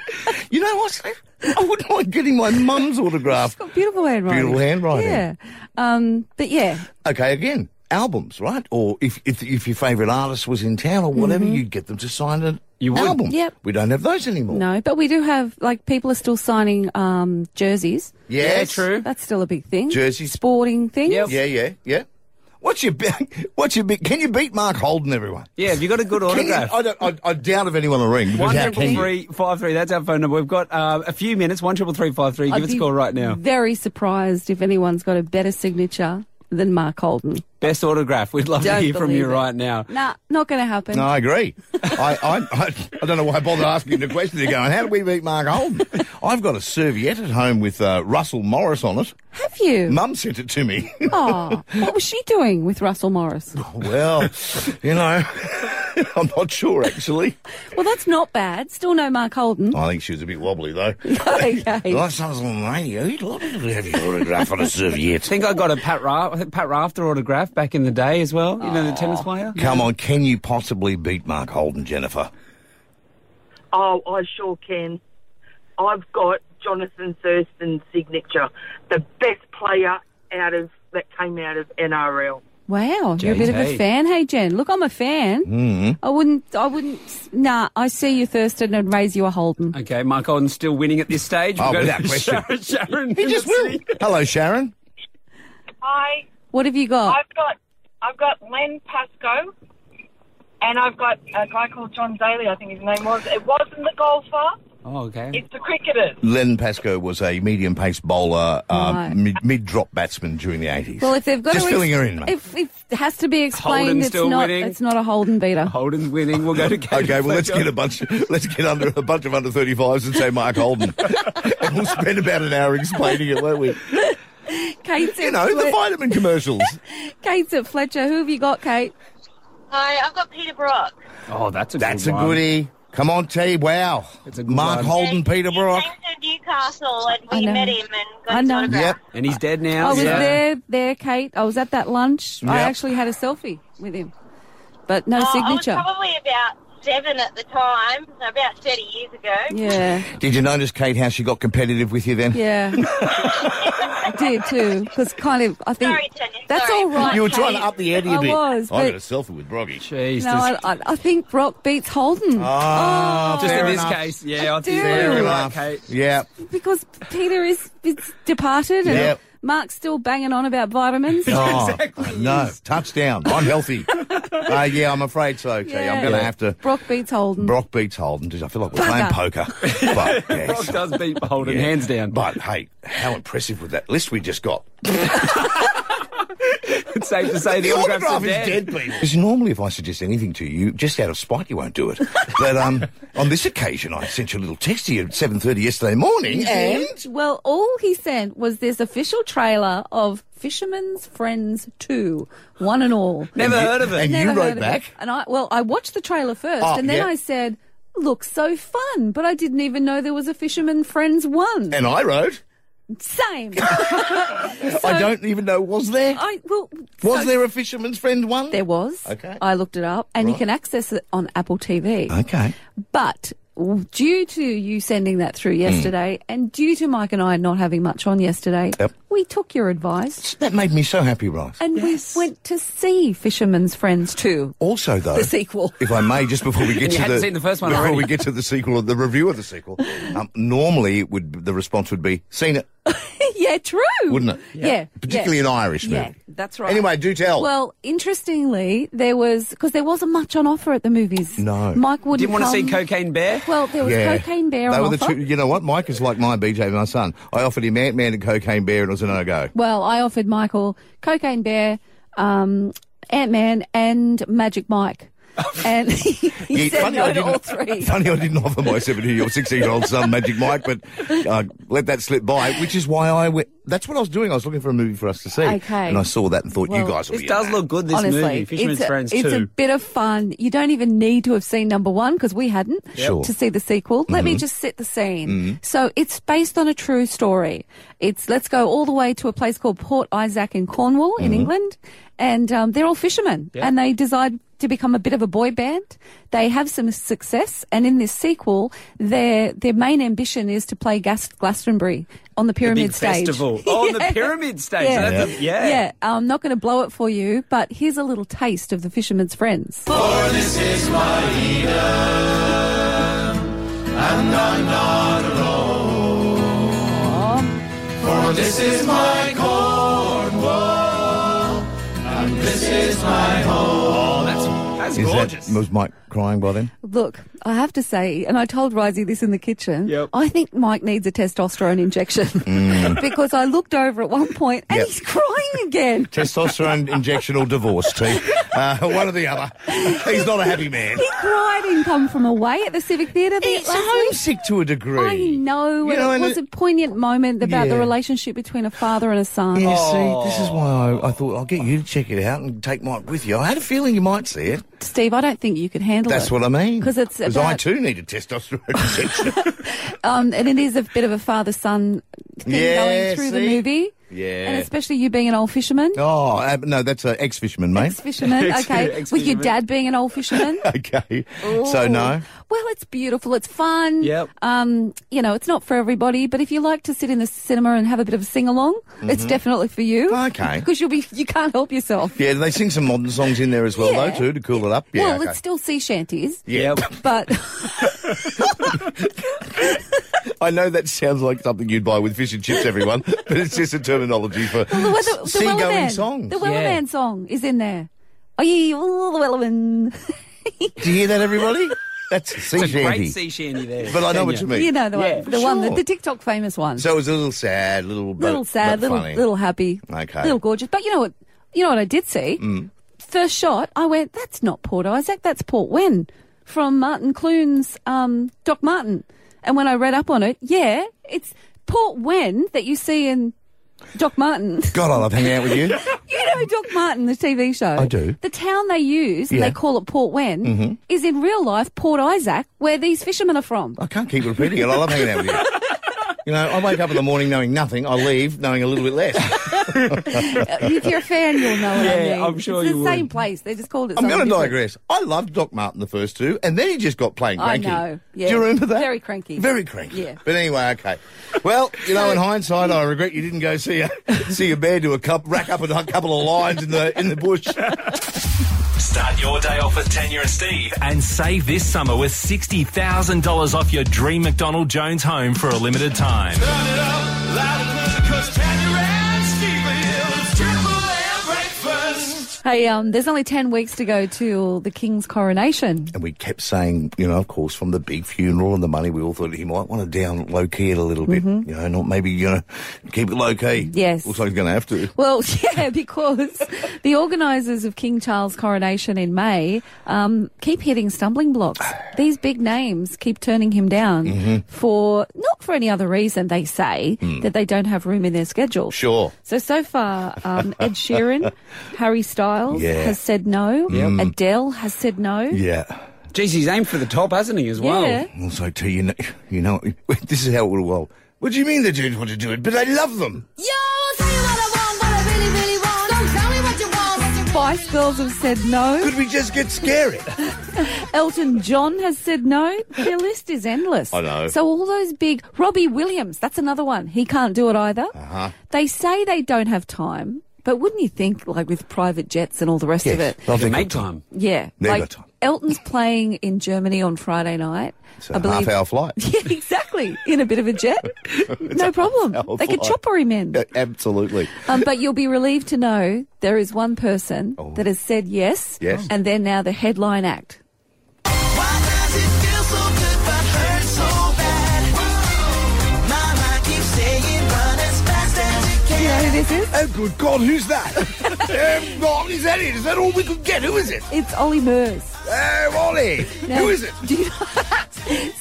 S4: you know what, Steve? I wouldn't like getting my mum's autograph.
S3: Got beautiful handwriting.
S4: Beautiful handwriting.
S3: Yeah. Um, but yeah,
S4: Okay, again, albums, right? Or if if, if your favourite artist was in town or whatever, you'd get them to sign an
S5: Mm-hmm. You would.
S4: album.
S3: Yep.
S4: We don't have those anymore.
S3: no, but we do have like people are still signing um, jerseys.
S4: Yes.
S5: Yeah, true.
S3: That's still a big thing.
S4: Jerseys.
S3: sporting things.
S5: Yep.
S4: Yeah, yeah, yeah. What's your be- what's your big? Can you beat Mark Holden? Everyone.
S5: Yeah, have you got a good
S4: Can you-
S5: autograph?
S4: I, don't, I, I doubt if anyone will ring. Because
S5: One
S4: how
S5: triple
S4: can you?
S5: three five three. That's our phone number. We've got uh, a few minutes. One triple three five three. Give
S3: I'd
S5: us a
S3: be
S5: call right now.
S3: Very surprised if anyone's got a better signature than Mark Holden.
S5: Best autograph. We'd love
S3: Don't
S5: to hear from you
S3: believe it.
S5: right now.
S3: Nah, not going to happen.
S4: No, I agree. I, I, I, I don't know why I bothered asking the question. They're going, how do we beat Mark Holden? I've got a serviette at home with uh, Russell Morris on it.
S3: Have you?
S4: Mum sent it to me.
S3: Oh, what was she doing with Russell Morris?
S5: Oh,
S4: well, you know, I'm not sure actually.
S3: Well, that's not bad. Still no Mark Holden.
S4: I think she was a bit wobbly though.
S5: Oh,
S3: Okay.
S4: Last time I was on the radio, you'd love to have your autograph on a serviette.
S5: I think I got a Pat, Ra- I think Pat Rafter autograph back in the day as well. You know, the tennis player.
S4: Come on, can you possibly beat Mark Holden, Jennifer?
S11: Oh, I sure can. I've got Jonathan Thurston's signature, the best player out of that came out of NRL.
S3: Wow, you're a bit of a
S5: JT.
S3: fan, hey Jen. Look, I'm a fan.
S5: Mm-hmm.
S3: Mm. I wouldn't. I wouldn't. Nah, I see you Thurston and raise you a Holden.
S5: Okay, Mark Holden's still winning at this stage.
S4: Oh,
S5: We've got
S4: without
S5: Sharon,
S4: question.
S5: Sharon
S4: He just will. Hello, Sharon.
S11: I,
S3: What have you got?
S11: I've got, I've got Len Pascoe, and I've got a guy called John Daly. I think his name was. It wasn't the golfer.
S5: Oh, okay.
S11: It's the cricketers.
S4: Len Pascoe was a medium pace bowler, um,
S3: Right.
S4: mid, mid-drop batsman during the 80s.
S3: Well, if they've got
S4: Just
S3: to
S4: filling her in, mate.
S3: If, if it has to be explained,
S5: Holden's
S3: it's
S5: still
S3: not.
S5: winning.
S3: It's not a Holden beater.
S5: Holden's winning. We'll go to Kate.
S4: Okay, well let's get a bunch. Let's get under a bunch of under thirty fives and say Mark Holden, and we'll spend about an hour explaining it, won't we?
S3: Kate's at
S4: You know the
S3: Fle-
S4: vitamin commercials.
S3: Kate's at Fletcher. Who have you got, Kate?
S11: Hi, I've got Peter Brock.
S5: Oh, that's a
S4: That's a e-
S5: good one.
S4: goodie. Come on, T. Wow,
S5: It's a good
S4: Mark
S5: one.
S4: Holden, Peter Brock.
S11: to Newcastle, and
S3: I know.
S11: and
S3: I know.
S4: Yep.
S5: And he's dead now.
S3: I was
S5: so-
S3: there, there, Kate. I was at that lunch. I
S4: Yep.
S3: actually had a selfie with him, but no
S11: Oh,
S3: signature.
S11: I was probably about seven at the time, so about 30 years ago.
S3: yeah,
S4: Did you notice, Kate, how she got competitive with you then?
S3: yeah. I did too, because kind of I think
S11: Sorry, Tanya,
S3: that's
S11: sorry.
S3: all right.
S4: You were trying
S3: Kate.
S4: to up the ante a
S3: I
S4: bit.
S3: was,
S4: I
S3: but-
S4: got a selfie with Broggy.
S5: Jeez,
S3: No,
S5: does-
S3: I, I, I think Brock beats Holden
S4: Ah,
S5: just
S4: fair
S5: in
S4: enough.
S5: this case, yeah, I,
S3: I
S5: think
S3: do.
S5: you're
S4: Fair
S5: right,
S4: enough.
S5: Kate.
S4: Yeah.
S3: Oh, because Peter is, is departed, and
S4: Yep.
S3: Mark's still banging on about vitamins.
S4: Oh,
S5: Exactly.
S4: No, touchdown. I'm healthy. uh, yeah, I'm afraid so, T.
S3: Yeah.
S4: am going to have to.
S3: Brock beats Holden.
S4: Brock beats Holden. Jeez, I feel like we're playing
S3: Bugger.
S4: poker. But, yes.
S5: Brock does beat Holden,
S4: Yeah.
S5: hands down.
S4: But hey, how impressive was that list we just got?
S5: it's safe to say the, autographs are dead.
S4: people. Because normally, if I suggest anything to you, just out of spite, you won't do it. but um, on this occasion, I sent you a little text to you at seven thirty yesterday morning, and
S3: Well, all he sent was this official trailer of Fisherman's Friends 2, one and all.
S5: Never heard of it.
S4: and
S3: Never
S4: you
S3: heard
S4: wrote
S3: of
S4: back.
S3: It. And I, well, I watched the trailer first,
S4: Oh,
S3: and then
S4: yeah.
S3: I said, looks so fun, but I didn't even know there was a Fisherman Friends 1.
S4: And I wrote,
S3: Same.
S4: I don't even know, was there?
S3: I, well,
S4: was
S3: so-
S4: there a fisherman's friend one?
S3: There was.
S4: Okay.
S3: I looked it up, and you
S4: Right.
S3: can access it on Apple TV.
S4: Okay.
S3: But w- due to you sending that through
S4: Hmm.
S3: yesterday, and due to Mike and I not having much on yesterday,
S4: Yep.
S3: we took your advice
S4: That made me so happy, Ross.
S3: and we went to see Fisherman's Friends 2,
S4: Also, though,
S3: the sequel.
S4: if I may, just before we get
S5: you
S4: to
S5: hadn't
S4: the,
S5: seen the first one
S4: before
S5: already.
S4: we get to the sequel or the review of the sequel, um, normally it would the response would be seen it,
S3: yeah, true.
S4: wouldn't it?
S3: Yeah.
S4: Particularly
S3: yeah.
S4: an Irish movie.
S3: Yeah, that's right.
S4: Anyway, do tell.
S3: Well, interestingly, there was because there wasn't much on offer at the movies.
S4: No.
S3: Mike wouldn't.
S5: Didn't want to see
S3: come.
S5: Cocaine Bear?
S3: Well, there was Cocaine Bear
S4: They
S3: on
S4: were the
S3: offer.
S4: two. You know what? Mike is like my BJ, my son. I offered him Ant Man and Cocaine Bear, and it was a no go.
S3: Well, I offered Michael Cocaine Bear, um, Ant Man, and Magic Mike. and he, he
S4: Yeah,
S3: said
S4: funny
S3: no
S4: I
S3: to all
S4: didn't-
S3: three.
S4: Funny I didn't offer my 17 year old 16 year old son Magic Mike, but uh, let that slip by, which is why I went. That's what I was doing. I was looking for a movie for us to see.
S3: Okay.
S4: And I saw that and thought,
S3: Well,
S4: you guys will
S5: this
S4: be in
S5: does
S4: that.
S5: look good. This
S3: Honestly,
S5: movie, Fisherman's
S3: it's, a,
S5: Friends
S3: it's a
S5: Two.
S3: bit of fun. You don't even need to have seen number one because we hadn't
S5: Sure.
S3: to see the sequel. Let me
S5: Mhm.
S3: just set the scene.
S5: Mhm.
S3: So it's based on a true story. It's let's go all the way to a place called Port Isaac in Cornwall
S5: Mm-hmm.
S3: in England, and um, they're all fishermen,
S12: Yeah.
S3: and they decide to become a bit of a boy band. They have some success, and in this sequel, their their main ambition is to play Gas- Glastonbury on the pyramid
S5: big
S3: stage.
S5: festival. Oh, on the
S3: Yeah.
S5: pyramid stage. So that's a- yeah.
S3: yeah. I'm not going to blow it for you, but here's a little taste of the Fisherman's Friends.
S7: For this is my Eden, and I'm not alone. For this is my Cornwall, and this is my home. that's
S4: Is That, was Mike crying by then?
S3: Look, I have to say, and I told Risey this in the kitchen, I think Mike needs a testosterone injection because I looked over at one point and
S4: Mm. Yep.
S3: he's crying again.
S4: Testosterone injection or divorce, T. Uh, one or the other. He's not a happy man.
S3: He cried in Come From Away at the Civic Theatre. the-
S4: He's
S3: last week.
S4: homesick to a
S3: I
S4: degree.
S3: know,
S4: You
S3: and
S4: know,
S3: it
S4: and
S3: was
S4: it-
S3: a poignant moment about the
S4: Yeah.
S3: relationship between a father and a son.
S4: Yeah, see, this is why I, I thought I'll get you to check it out and take Mike with you. I had a feeling you might see it.
S3: Steve, I don't think you could handle
S4: That's
S3: it.
S4: what I mean.
S3: Because it's
S4: Because
S3: about
S4: I too need a testosterone injection.
S3: Um, and it is a bit of a father son thing
S4: Yeah,
S3: going through the
S4: see?
S3: movie.
S4: Yeah.
S3: And especially you being an old fisherman.
S4: Oh, uh, no, that's an ex fisherman, mate.
S3: Fisherman, okay. With your dad being an old fisherman.
S4: okay. So,
S3: Ooh.
S4: no.
S3: Well, it's beautiful. It's fun.
S4: Yep.
S3: Um, you know, it's not for everybody, but if you like to sit in the cinema and have a bit of a sing along, it's
S4: Mhm.
S3: definitely for you.
S4: Okay.
S3: Because you'll be, you can't help yourself.
S4: Yeah, they sing some modern songs in there as well,
S3: Yeah.
S4: though, too, to cool it up. Yeah.
S3: well,
S4: okay.
S3: it's still sea shanties,
S4: yeah.
S3: but
S4: I know that sounds like something you'd buy with fish and chips, everyone, but it's just a terminology for
S3: the, the, the
S4: seagoing
S3: Wellerman
S4: songs.
S3: the Wellerman song is in there. Oh, yeah, oh, the Wellerman.
S4: Do you hear that, everybody? That's a sea
S5: It's a
S4: shanty.
S5: great sea shanty there.
S4: But I know
S5: Kenya.
S4: what you mean.
S3: You know the one,
S4: Yeah,
S3: the
S4: for
S3: one, the,
S4: sure.
S3: the TikTok famous one.
S4: So it was a little sad, little but-
S3: little sad,
S4: but
S3: little
S4: funny.
S3: little happy,
S4: Okay.
S3: little gorgeous. But you know what? You know what I did see.
S4: Mm.
S3: First shot, I went, "That's not Port Isaac. That's Port Wen from Martin Clune's um, Doc Martin." And when I read up on it, yeah, it's Port Wen that you see in Doc Martin.
S4: God, I love hanging out with you.
S3: You know Doc Martin, the TV show.
S4: I do.
S3: The town they use, and
S4: Yeah.
S3: they call it Port Wen,
S4: Mhm.
S3: is in real life Port Isaac, where these fishermen are from.
S4: I can't keep repeating it. I love hanging out with you. You know, I wake up in the morning knowing nothing. I leave knowing a little bit less.
S3: if you're a fan, you'll know what I mean.
S4: Yeah, I'm sure
S3: it's
S4: you
S3: the
S4: would.
S3: same place. They just called it.
S4: I'm
S3: something
S4: going to
S3: different.
S4: digress. I loved Doc Martin the first two, and then he just got plain
S3: I
S4: cranky.
S3: know. Yeah.
S4: Do you remember that?
S3: Very cranky.
S4: Very cranky.
S3: Yeah.
S4: But anyway, okay. Well, you know, in hindsight, I regret you didn't go see a see a bear do a cup, rack up a couple of lines in the in the bush.
S6: Start your day off with Tanya and Steve and save this summer with $60,000 off your dream McDonald Jones home for a limited time.
S7: Turn it up loud and clear, 'cause Tanya and Steve are It's Triple M breakfast.
S3: Hey, um, there's only 10 weeks to go till the King's coronation.
S4: And we kept saying, you know, of course, from the big funeral and the money, we all thought he might want to down low key it a little bit. You know, not maybe you know, keep it low key.
S3: Mm-hmm. Yes.
S4: Looks like he's going to have to.
S3: Well, yeah, because the organisers of King Charles' coronation in May um, keep hitting stumbling blocks. These big names keep turning him down
S4: Mhm.
S3: for not for any other reason, they say,
S4: Mm.
S3: that they don't have room in their schedule.
S4: Sure.
S3: So, so far, um, Ed Sheeran, Harry Styles
S5: Yeah.
S3: has said no,
S5: Yep.
S3: Adele has said no.
S4: Mm. Yeah.
S5: Geez, he's aimed for the top, hasn't he, as well?
S3: Yeah.
S4: Also, too, you know, you know, this is how it will roll. What do you mean the dudes want to do it? But I love them.
S2: Yo, I'll tell you what I want, what I really, really want. Don't tell me what you want.
S3: Spice Girls have said no.
S4: Could we just get scary?
S3: Elton John has said no. Their list is endless.
S4: I know.
S3: So all those big Robbie Williams, that's another one. He can't do it either.
S4: Uh-huh.
S3: They say they don't have time, but wouldn't you think like with private jets and all the rest of it?
S5: They'll do make time.
S3: Yeah.
S5: They've
S3: like
S5: got time.
S3: Elton's playing in Germany on Friday night.
S4: It's a half-hour flight.
S3: Yeah, exactly. In a bit of a jet. no problem. They could chopper him in.
S4: Absolutely.
S3: Um, but you'll be relieved to know there is one person that has said yes,
S4: Oh. Yes.
S3: and they're now the headline act.
S2: Feel so good, but hurt so bad. Mama keeps saying, run as fast as you can.
S4: Oh, good God, who's that? um, God, is that it? Is that all we could get? Who is it?
S3: It's Ollie Murs.
S4: Hey, Ollie! Who is it?
S3: Do you know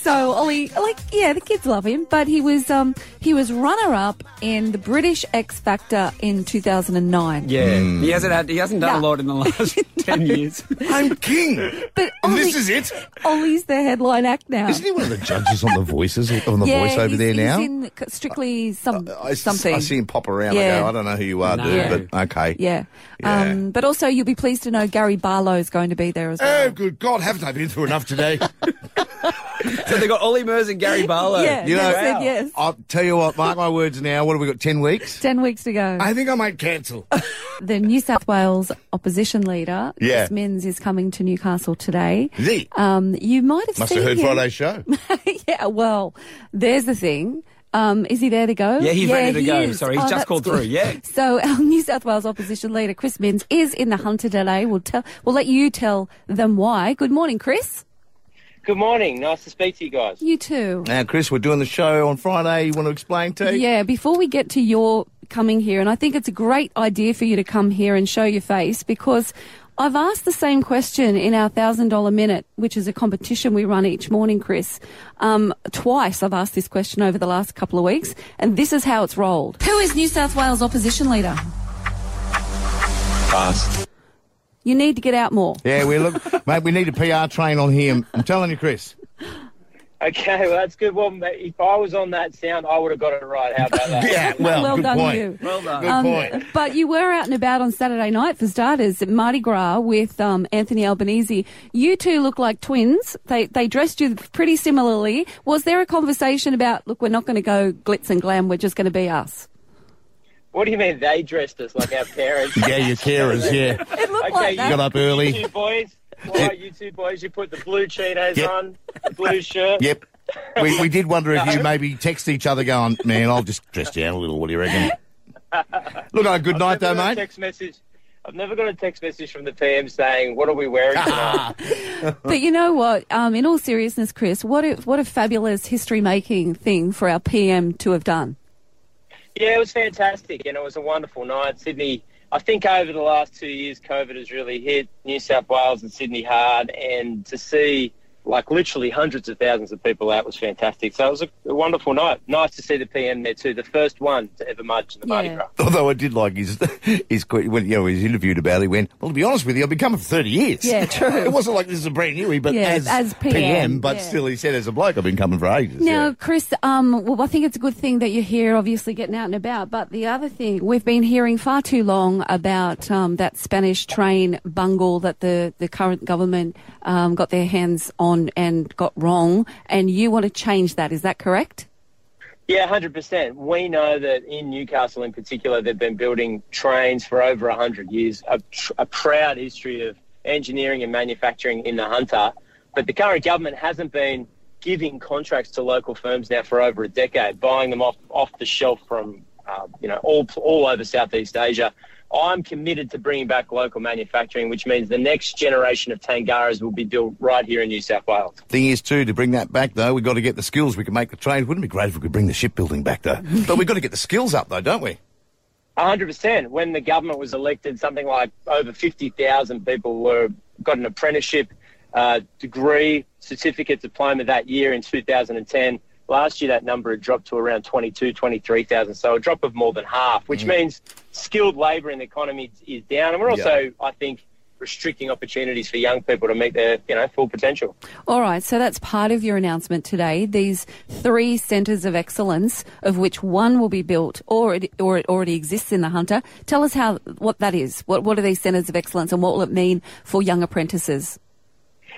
S3: so Ollie, like, yeah, the kids love him, but he was um he was runner up in the British X Factor in 2009.
S5: Yeah, he hasn't had, he hasn't done a lot in the last ten years.
S4: I'm king.
S3: But
S4: And
S3: Ollie,
S4: this is it?
S3: Ollie's the headline act now.
S4: Isn't he one of the judges on the voices on the
S3: yeah,
S4: voice over
S3: he's-
S4: there
S3: he's
S4: now?
S3: in c- strictly some
S4: I, s-
S3: something.
S4: I see him pop around. I
S3: Yeah.
S4: go, I don't know who you are, dude,
S3: No.
S4: but okay.
S3: Yeah.
S4: Yeah.
S3: Um, but also, you'll be pleased to know Gary Barlow's going to be there as well.
S4: Oh, good God, haven't I been through enough today?
S5: so they got Ollie Mers and Gary Barlow.
S3: Yeah,
S4: you know,
S3: they said yes.
S4: I'll tell you what, mark my words now. What have we got, 10 weeks?
S3: Ten weeks to go.
S4: I think I might cancel.
S3: the New South Wales opposition leader,
S4: Yeah.
S3: Chris Minns, is coming to Newcastle today.
S4: Zee.
S3: Um, you might have
S4: Must
S3: seen
S4: have heard
S3: him.
S4: Friday's show.
S3: yeah, well, there's the thing. Um, is he there to go?
S5: Yeah, he's ready to
S3: he
S5: go.
S3: is. Oh,
S5: Sorry, he's just
S3: that's
S5: called
S3: good.
S5: through, yeah.
S3: So our New South Wales opposition leader, Chris Minns, is in the hunter delay. We'll tell. We'll let you tell them why. Good morning, Chris.
S12: Good morning. Nice to speak to you guys.
S3: You too.
S4: Now, Chris, we're doing the show on Friday. You want to explain to you?
S3: Yeah, before we get to your coming here, and I think it's a great idea for you to come here and show your face because I've asked the same question in our $1,000 minute, which is a competition we run each morning, Chris. Um, twice I've asked this question over the last couple of weeks, and this is how it's rolled. Who is New South Wales opposition leader?
S12: Pass.
S3: You need to get out more.
S4: Yeah, we look, mate, we need a PR train on him. I'm telling you, Chris.
S12: Okay, well, that's good. Well, ma- if I was on that sound, I would have got it right. How about that?
S4: Yeah, well, good
S3: done,
S4: point.
S3: you.
S12: Well done.
S4: Good
S3: Um,
S4: point.
S3: But you were out and about on Saturday night for starters at Mardi Gras with um, Anthony Albanese. You two look like twins. They they dressed you pretty similarly. Was there a conversation about look, we're not going to go glitz and glam. We're just going to be us.
S12: What do you mean they dressed us like our parents?
S4: Yeah, your carers, yeah.
S3: It looked
S12: okay,
S3: like
S12: you
S3: that.
S4: Got up early.
S12: You two boys. Why, you two boys, you put the blue Cheetos
S4: Yep.
S12: on, the blue shirt.
S4: Yep. We, we did wonder if you maybe text each other going, man, I'll just dress you out a little. What do you reckon? Look, oh, good night, though,
S12: I've never got a
S4: mate.
S12: Text message. I've never got a text message from the PM saying, "What are we wearing?"
S4: Ah.
S12: tonight?"
S3: But you know what? Um, in all seriousness, Chris, what a, what a fabulous history making thing for our PM to have done.
S12: Yeah, it was fantastic, and it was a wonderful night. Sydney, I think over the last two years, COVID has really hit New South Wales and Sydney hard, and to see like literally hundreds of thousands of people out was fantastic. So it was a, a wonderful night. Nice to see the PM there too, the first one to ever march in the Mardi Gras.
S4: Although I did like his his que- when you know he was interviewed about, it, he went, "Well, to be honest with you, I've been coming for thirty years."
S3: Yeah, true.
S4: it wasn't like this is a brand newie, but
S3: Yeah,
S4: as,
S3: as PM,
S4: but
S3: yeah.
S4: still, he said as a bloke, I've been coming for ages.
S3: Now,
S4: yeah.
S3: Chris, um, well, I think it's a good thing that you're here, obviously getting out and about. But the other thing, we've been hearing far too long about um, that Spanish train bungle that the, the current government um, got their hands on and got wrong. And you want to change that, is that correct?
S12: Yeah, 100%. We know that in Newcastle in particular, they've been building trains for over 100 years, a, tr- a proud history of engineering and manufacturing in the Hunter. But the current government hasn't been giving contracts to local firms now for over a decade, buying them off, off the shelf from uh, you know all, all over Southeast Asia. I'm committed to bringing back local manufacturing, which means the next generation of Tangaras will be built right here in New South Wales.
S4: Thing is, too, to bring that back though, we've got to get the skills. We can make the trains. Wouldn't it be great if we could bring the shipbuilding back though? but we've got to get the skills up though, don't we?
S12: A hundred percent. When the government was elected, something like over fifty thousand people were got an apprenticeship uh, degree, certificate, diploma that year in two thousand and ten. Last year, that number had dropped to around 22, 23,000, so a drop of more than half, which means skilled labour in the economy is down. And we're also, I think, restricting opportunities for young people to meet their you know full potential.
S3: All right, so that's part of your announcement today. These three centres of excellence, of which one will be built or it, or it already exists in the Hunter. Tell us how what that is. What, what are these centres of excellence and what will it mean for young apprentices?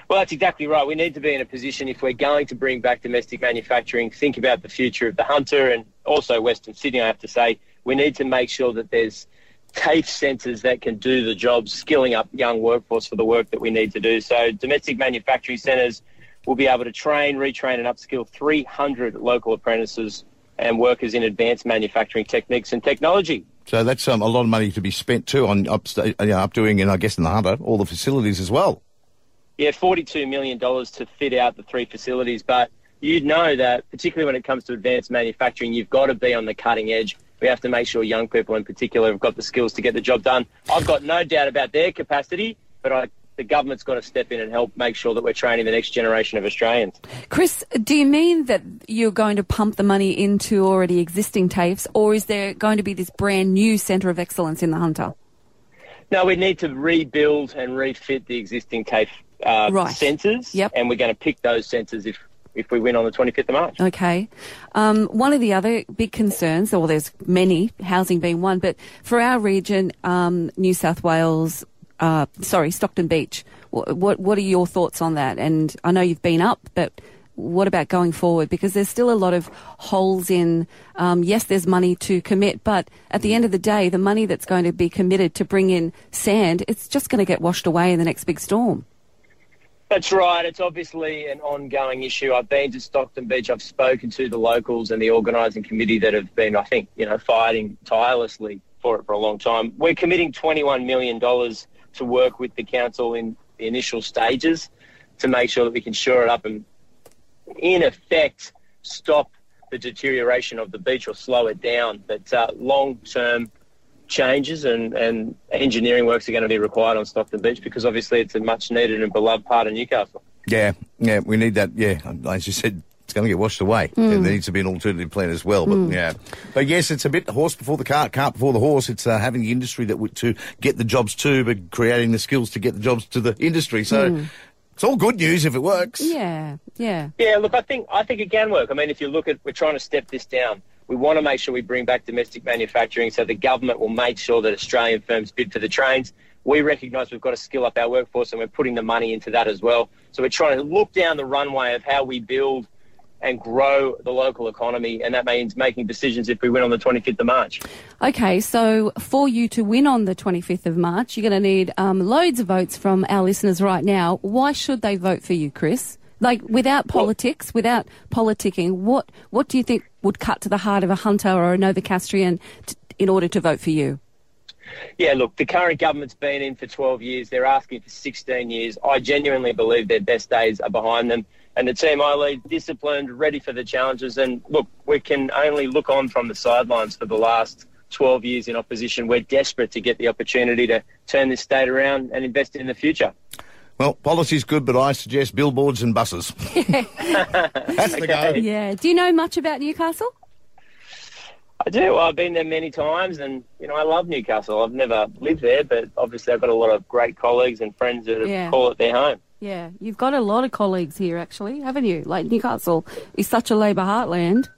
S12: Well, that's exactly right. We need to be in a position if we're going to bring back domestic manufacturing, think about the future of the Hunter and also Western Sydney, I have to say. We need to make sure that there's TAFE centres that can do the job, skilling up young workforce for the work that we need to do. So, domestic manufacturing centres will be able to train, retrain, and upskill 300 local apprentices and workers in advanced manufacturing techniques and technology.
S4: So that's um, a lot of money to be spent too on upsta- you know, updoing and I guess in the harbour all the facilities as well.
S12: Yeah, $42 million to fit out the three facilities. But you know that, particularly when it comes to advanced manufacturing, you've got to be on the cutting edge. We have to make sure young people in particular have got the skills to get the job done. I've got no doubt about their capacity, but I the government's got to step in and help make sure that we're training the next generation of Australians.
S3: Chris, do you mean that you're going to pump the money into already existing TAFEs, or is there going to be this brand new centre of excellence in the Hunter?
S12: No, we need to rebuild and refit the existing TAFE uh,
S3: Right.
S12: sensors, and we're going to pick those sensors if, if we win on the 25th of March.
S3: Okay. Um, one of the other big concerns, or there's many, housing being one, but for our region, um, New South Wales, uh, sorry, Stockton Beach, what, what, what are your thoughts on that? And I know you've been up, but what about going forward? Because there's still a lot of holes in, um, yes, there's money to commit, but at the end of the day, the money that's going to be committed to bring in sand, it's just going to get washed away in the next big storm.
S12: That's right. It's obviously an ongoing issue. I've been to Stockton Beach. I've spoken to the locals and the organising committee that have been, I think, you know, fighting tirelessly for it for a long time. We're committing $21 million to work with the council in the initial stages to make sure that we can shore it up and, in effect, stop the deterioration of the beach or slow it down. But uh, long-term changes and, and engineering works are going to be required on Stockton Beach because obviously it's a much needed and beloved part of Newcastle.
S4: Yeah, yeah, we need that. Yeah, as you said, it's going to get washed away.
S12: Mm.
S4: There needs to be an alternative plan as well. But
S12: Mm.
S4: yeah, but yes, it's a bit the horse before the cart, cart before the horse. It's uh, having the industry that would to get the jobs to, but creating the skills to get the jobs to the industry. So
S12: Mm.
S4: it's all good news if it works.
S3: Yeah, yeah.
S12: Yeah, look, I think I think it can work. I mean, if you look at, we're trying to step this down. We want to make sure we bring back domestic manufacturing, so the government will make sure that Australian firms bid for the trains. We recognise we've got to skill up our workforce, and we're putting the money into that as well. So we're trying to look down the runway of how we build and grow the local economy, and that means making decisions if we win on the 25th of March.
S3: Okay, so for you to win on the 25th of March, you're going to need um, loads of votes from our listeners right now. Why should they vote for you, Chris? Like without politics, without politicking, what what do you think would cut to the heart of a hunter or a Novocastrian t- in order to vote for you?
S12: Yeah, look, the current government's been in for 12 years. They're asking for 16 years. I genuinely believe their best days are behind them. And the team I lead, disciplined, ready for the challenges. And look, we can only look on from the sidelines for the last 12 years in opposition. We're desperate to get the opportunity to turn this state around and invest in the future.
S4: Well, policy's good, but I suggest billboards and buses. That's the go.
S3: Yeah. Do you know much about Newcastle?
S12: I do. I've been there many times, and you know I love Newcastle. I've never lived there, but obviously I've got a lot of great colleagues and friends that
S3: Yeah.
S12: call it their home.
S3: Yeah, you've got a lot of colleagues here, actually, haven't you? Like Newcastle is such a Labor heartland.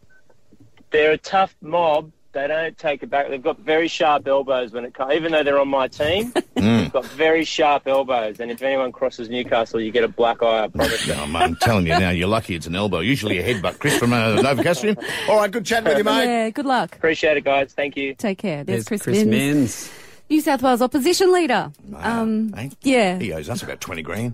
S12: they're a tough mob. They don't take it back. They've got very sharp elbows when it comes. Even though they're on my team, they've got very sharp elbows. And if anyone crosses Newcastle, you get a black eye. I promise you.
S4: Oh, I'm, I'm telling you now, you're lucky it's an elbow. Usually a headbutt. Chris from uh, Novocastrian. All right, good chatting with you, mate.
S3: Yeah, good luck.
S12: Appreciate it, guys. Thank you.
S3: Take care. There's, Chris,
S4: Chris
S3: Minns,
S4: Minns.
S3: New South Wales opposition leader. um, yeah. Mm.
S4: He goes, that's about 20 grand.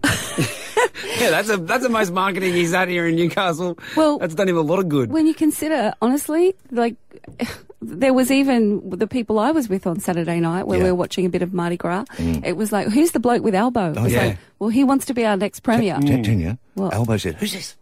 S5: yeah, that's a, that's the most marketing he's had here in Newcastle.
S3: Well,
S5: that's done him a lot of good.
S3: When you consider, honestly, like there was even the people I was with on Saturday night where we were watching a bit of Mardi Gras. It was like, who's the bloke with elbow?
S4: Mm. Oh,
S3: It's
S4: yeah.
S3: like, well, he wants to be our next premier.
S4: Ten- ten, yeah?
S3: What?
S4: Elbow said, who's this?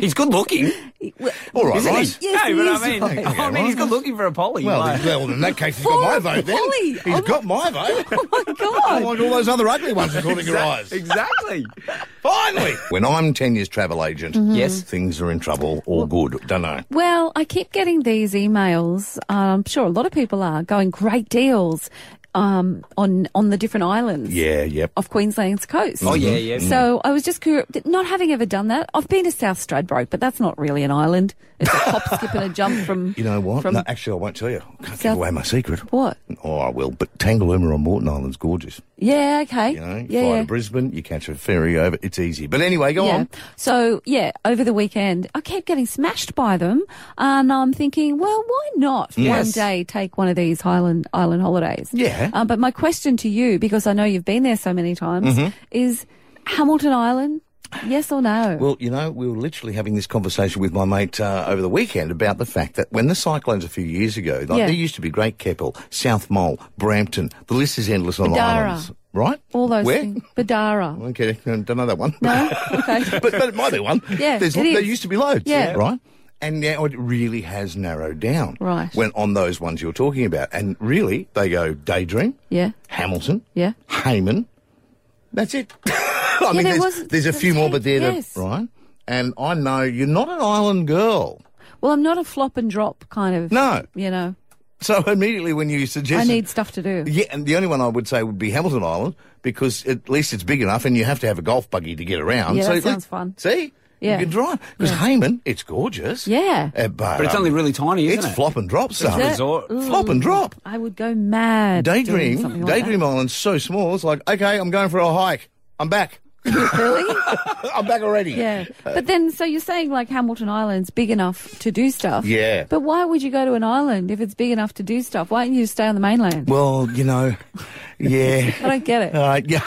S5: He's good looking.
S4: Mm. All right,
S5: Isn't he?
S4: right.
S5: Yes, No, he but I is, mean- right. I mean, he's good
S4: looking
S5: for a Polly.
S4: Well,
S5: like-
S4: well, in that case, he's got my vote then. He's got my vote. Oh,
S3: Oh my God.
S4: like all those other ugly ones, according to your eyes.
S5: Exact- Exactly.
S3: Mm.
S4: Finally. When I'm 10 years travel agent,
S3: Mhm. Yes.
S4: things are in trouble or good. Don't know.
S3: Well, I keep getting these emails. I'm sure a lot of people are going great deals um, on on the different islands.
S4: Yeah, yep.
S3: Off Queensland's coast.
S4: Oh, yeah, yeah.
S3: So I was just curious, not having ever done that. I've been to South Stradbroke, but that's not really an island. It's a hop, skip, and a jump from.
S4: You know what?
S3: From-
S4: no, actually, I won't tell you. I can't give
S3: South-
S4: away my secret.
S3: What?
S4: Oh, I will. But Tangalooma on Morton Island's gorgeous.
S3: Yeah, okay.
S4: You know, you
S3: yeah,
S4: fly
S3: yeah.
S4: to Brisbane, you catch a ferry over. It's easy. But anyway, go
S3: yeah.
S4: on.
S3: So yeah, over the weekend, I kept getting smashed by them, and I'm thinking, well, why not one
S2: Yes.
S3: day take one of these Highland Island holidays?
S2: Yeah.
S3: Um, but my question to you, because I know you've been there so many times,
S4: Mhm.
S3: is Hamilton Island, yes or no?
S4: Well, you know, we were literally having this conversation with my mate uh, over the weekend about the fact that when the cyclones a few years ago, like,
S3: Yeah.
S4: there used to be Great Keppel, South Mole, Brampton. The list is endless on the
S3: Bidara.
S4: islands, right?
S3: All those
S4: Where?
S3: things. Badara.
S4: Okay, I don't know that one. No,
S3: okay.
S4: but, but it might be one.
S3: Yeah,
S4: There's,
S3: it
S4: there
S3: is.
S4: used to be loads,
S3: Yeah.
S4: right? And now it really has narrowed down.
S3: Right.
S4: When on those ones you're talking about, and really they go Daydream,
S3: Yeah.
S4: Hamilton,
S3: Yeah.
S4: Hayman, That's it. I
S3: Yeah,
S4: mean,
S3: there
S4: there's,
S3: was-
S4: there's a
S3: that's
S4: few more,
S3: it,
S4: but they're
S3: yes.
S4: the right. And I know you're not an island girl.
S3: Well, I'm not a flop and drop kind of.
S4: No.
S3: You know,
S4: So immediately when you suggest,
S3: I need stuff to do.
S4: Yeah, and the only one I would say would be Hamilton Island because at least it's big enough, and you have to have a golf buggy to get around.
S3: Yeah,
S4: so
S3: that
S4: it-
S3: sounds fun.
S4: See,
S3: Yeah.
S4: you can drive because Hayman, it's gorgeous.
S3: Yeah.
S4: Uh, but,
S5: But it's only really tiny, isn't
S4: it's
S5: it?
S4: flop and drop stuff.
S3: Is it?
S4: Flop and drop.
S3: I would go mad. doing something
S4: Daydream,
S3: like that.
S4: Daydream Island's so small. It's like, okay, I'm going for a hike. I'm back.
S3: really?
S4: I'm back already.
S3: Yeah.
S4: Uh,
S3: But then, so you're saying like Hamilton Island's big enough to do stuff.
S4: Yeah.
S3: But why would you go to an island if it's big enough to do stuff? Why don't you stay on the mainland?
S4: well, you know, yeah.
S3: I don't get it.
S4: All right, yeah.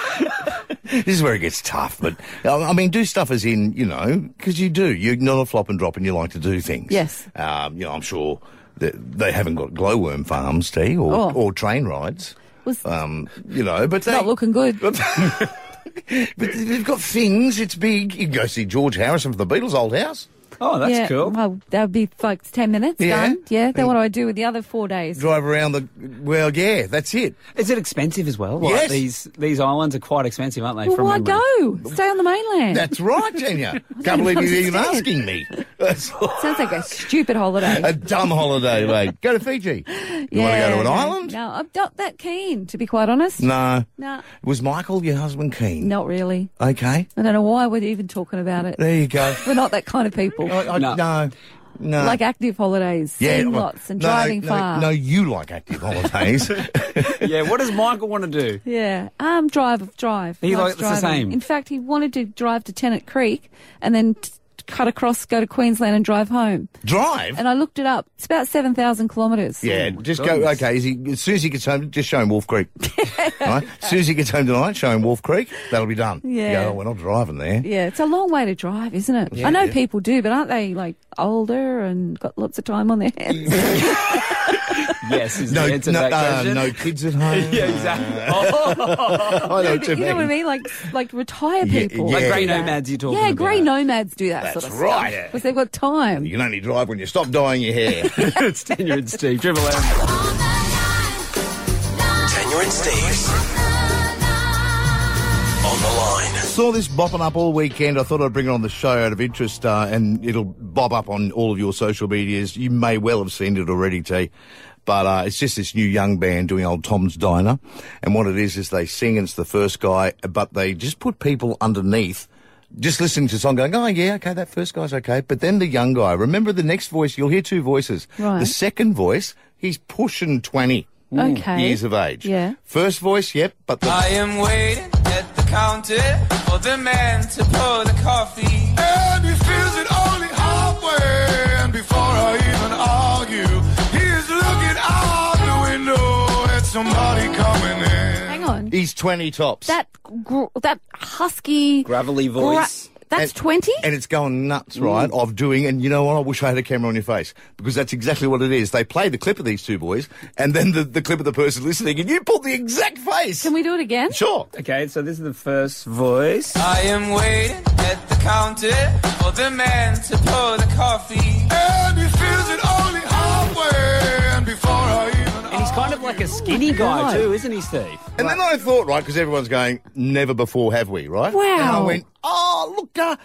S4: this is where it gets tough, but I I mean, do stuff as in, you know, because you do. You're not a flop and drop and you like to do things.
S3: Yes.
S4: Um, you know, I'm sure that they haven't got glowworm farms, T, or,
S3: Oh.
S4: or train rides.
S3: Was-
S4: um, you know, but they,
S3: Not looking good.
S4: but they've got things. It's big. You can go see George Harrison for the Beatles' old house.
S5: Oh, that's
S3: yeah,
S5: cool.
S3: Well, that would be like 10 minutes
S4: Yeah.
S3: done. Yeah. Then what do I do with the other four days?
S4: Drive around the. Well, yeah, that's it.
S5: Is it expensive as well? Like,
S4: Yes.
S5: These these islands are quite expensive, aren't they?
S3: Well,
S5: from
S3: why
S5: memory?
S3: go? Stay on the mainland.
S4: That's right, Jenya.
S3: don't
S4: Can't believe you're even
S3: understand.
S4: asking me. That's
S3: Sounds like a stupid holiday.
S4: a dumb holiday, mate. Go to Fiji. You want to go to an
S3: no,
S4: island?
S3: No, I'm not that keen, to be quite honest.
S4: No.
S3: No,
S4: Was Michael your husband keen?
S3: not really.
S4: Okay.
S3: I don't know why we're even talking about it.
S4: There you go.
S3: We're not that kind of people.
S4: I, I, no. no.
S3: Like active holidays,
S4: Uh, Yeah,
S3: seeing
S4: well,
S3: lots and
S4: no,
S3: driving
S4: no,
S3: far.
S4: No, you like active holidays.
S5: yeah. What does Michael want to do?
S3: Yeah, um, drive, drive.
S5: He
S3: Likes
S5: likes the
S3: driving.
S5: same.
S3: In fact, he wanted to drive to Tennant Creek and then t- cut across, go to Queensland, and drive home.
S4: Drive?
S3: And I Oh looked it up. It's about seven thousand kilometres.
S4: Yeah, just go. Okay, is he, as soon as he gets home, just show him Wolf Creek. right? As soon as he gets home tonight, show him Wolf Creek. That'll be done. You
S3: Yeah.
S4: go, oh, we're not driving there.
S3: Yeah, it's a long way to drive, isn't it?
S4: Yeah,
S3: I know
S4: yeah.
S3: people do, but aren't they like older and got lots of time on their hands?
S5: Yes. Is
S4: No,
S5: the answer to
S4: no,
S5: that
S4: uh,
S5: question.
S4: no kids at home.
S5: yeah. Exactly. Oh,
S4: I know
S3: you
S4: too
S3: know what I
S4: many.
S3: mean? Like like retire
S4: Yeah,
S3: people.
S5: Like
S4: Yeah.
S5: grey nomads, you're talking
S3: Yeah,
S5: about.
S3: grey nomads do that
S4: That's
S3: sort of
S4: right.
S3: stuff because they've got time.
S4: You can only drive when you stop dyeing your hair.
S5: it's Tanya and Steve. Triple M.
S1: Tanya and Steve's on the line.
S4: Saw this bopping up all weekend. I thought I'd bring it on the show out of interest, uh, and it'll bob up on all of your social medias. You may well have seen it already, T. But uh, it's just this new young band doing Old Tom's Diner, and what it is is they sing. and It's the first guy, but they just put people underneath. Just listening to the song, going, oh yeah, okay, that first guy's okay. But then the young guy. Remember the next voice. You'll hear two voices.
S3: Right.
S4: The second voice, he's pushing twenty
S3: Okay.
S4: years of age.
S3: Yeah.
S4: First voice, yep, but the
S13: I am waiting at the counter for the man to pour the coffee.
S7: And he feels it only halfway. And before I even argue, he is looking out the window at somebody coming in.
S3: Hang on.
S4: he's twenty tops.
S3: That gr- that husky
S5: Gravelly
S3: gra-
S5: voice.
S3: that's
S4: And-
S3: twenty.
S4: And it's going nuts, right?
S3: Mm.
S4: Of doing, and you know what? I wish I had a camera on your face because that's exactly what it is. They play the clip of these two boys and then the, the clip of the person listening, and you pull the exact face.
S3: Can we do it again?
S4: Sure.
S5: Okay, so this is the first voice.
S13: I am waiting at the counter for the man to pour the coffee.
S7: And he feels it only halfway. And before I even
S5: And he's kind of like a skinny
S3: God.
S5: guy too, isn't he, Steve?
S4: And then I thought, right, because everyone's going, never before have we, right?
S3: Wow.
S4: And I went, oh, look, uh,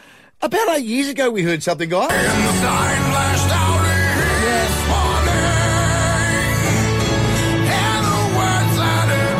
S4: about eight years ago we heard something, guys.
S7: the sign flashed out his warning. And the words that it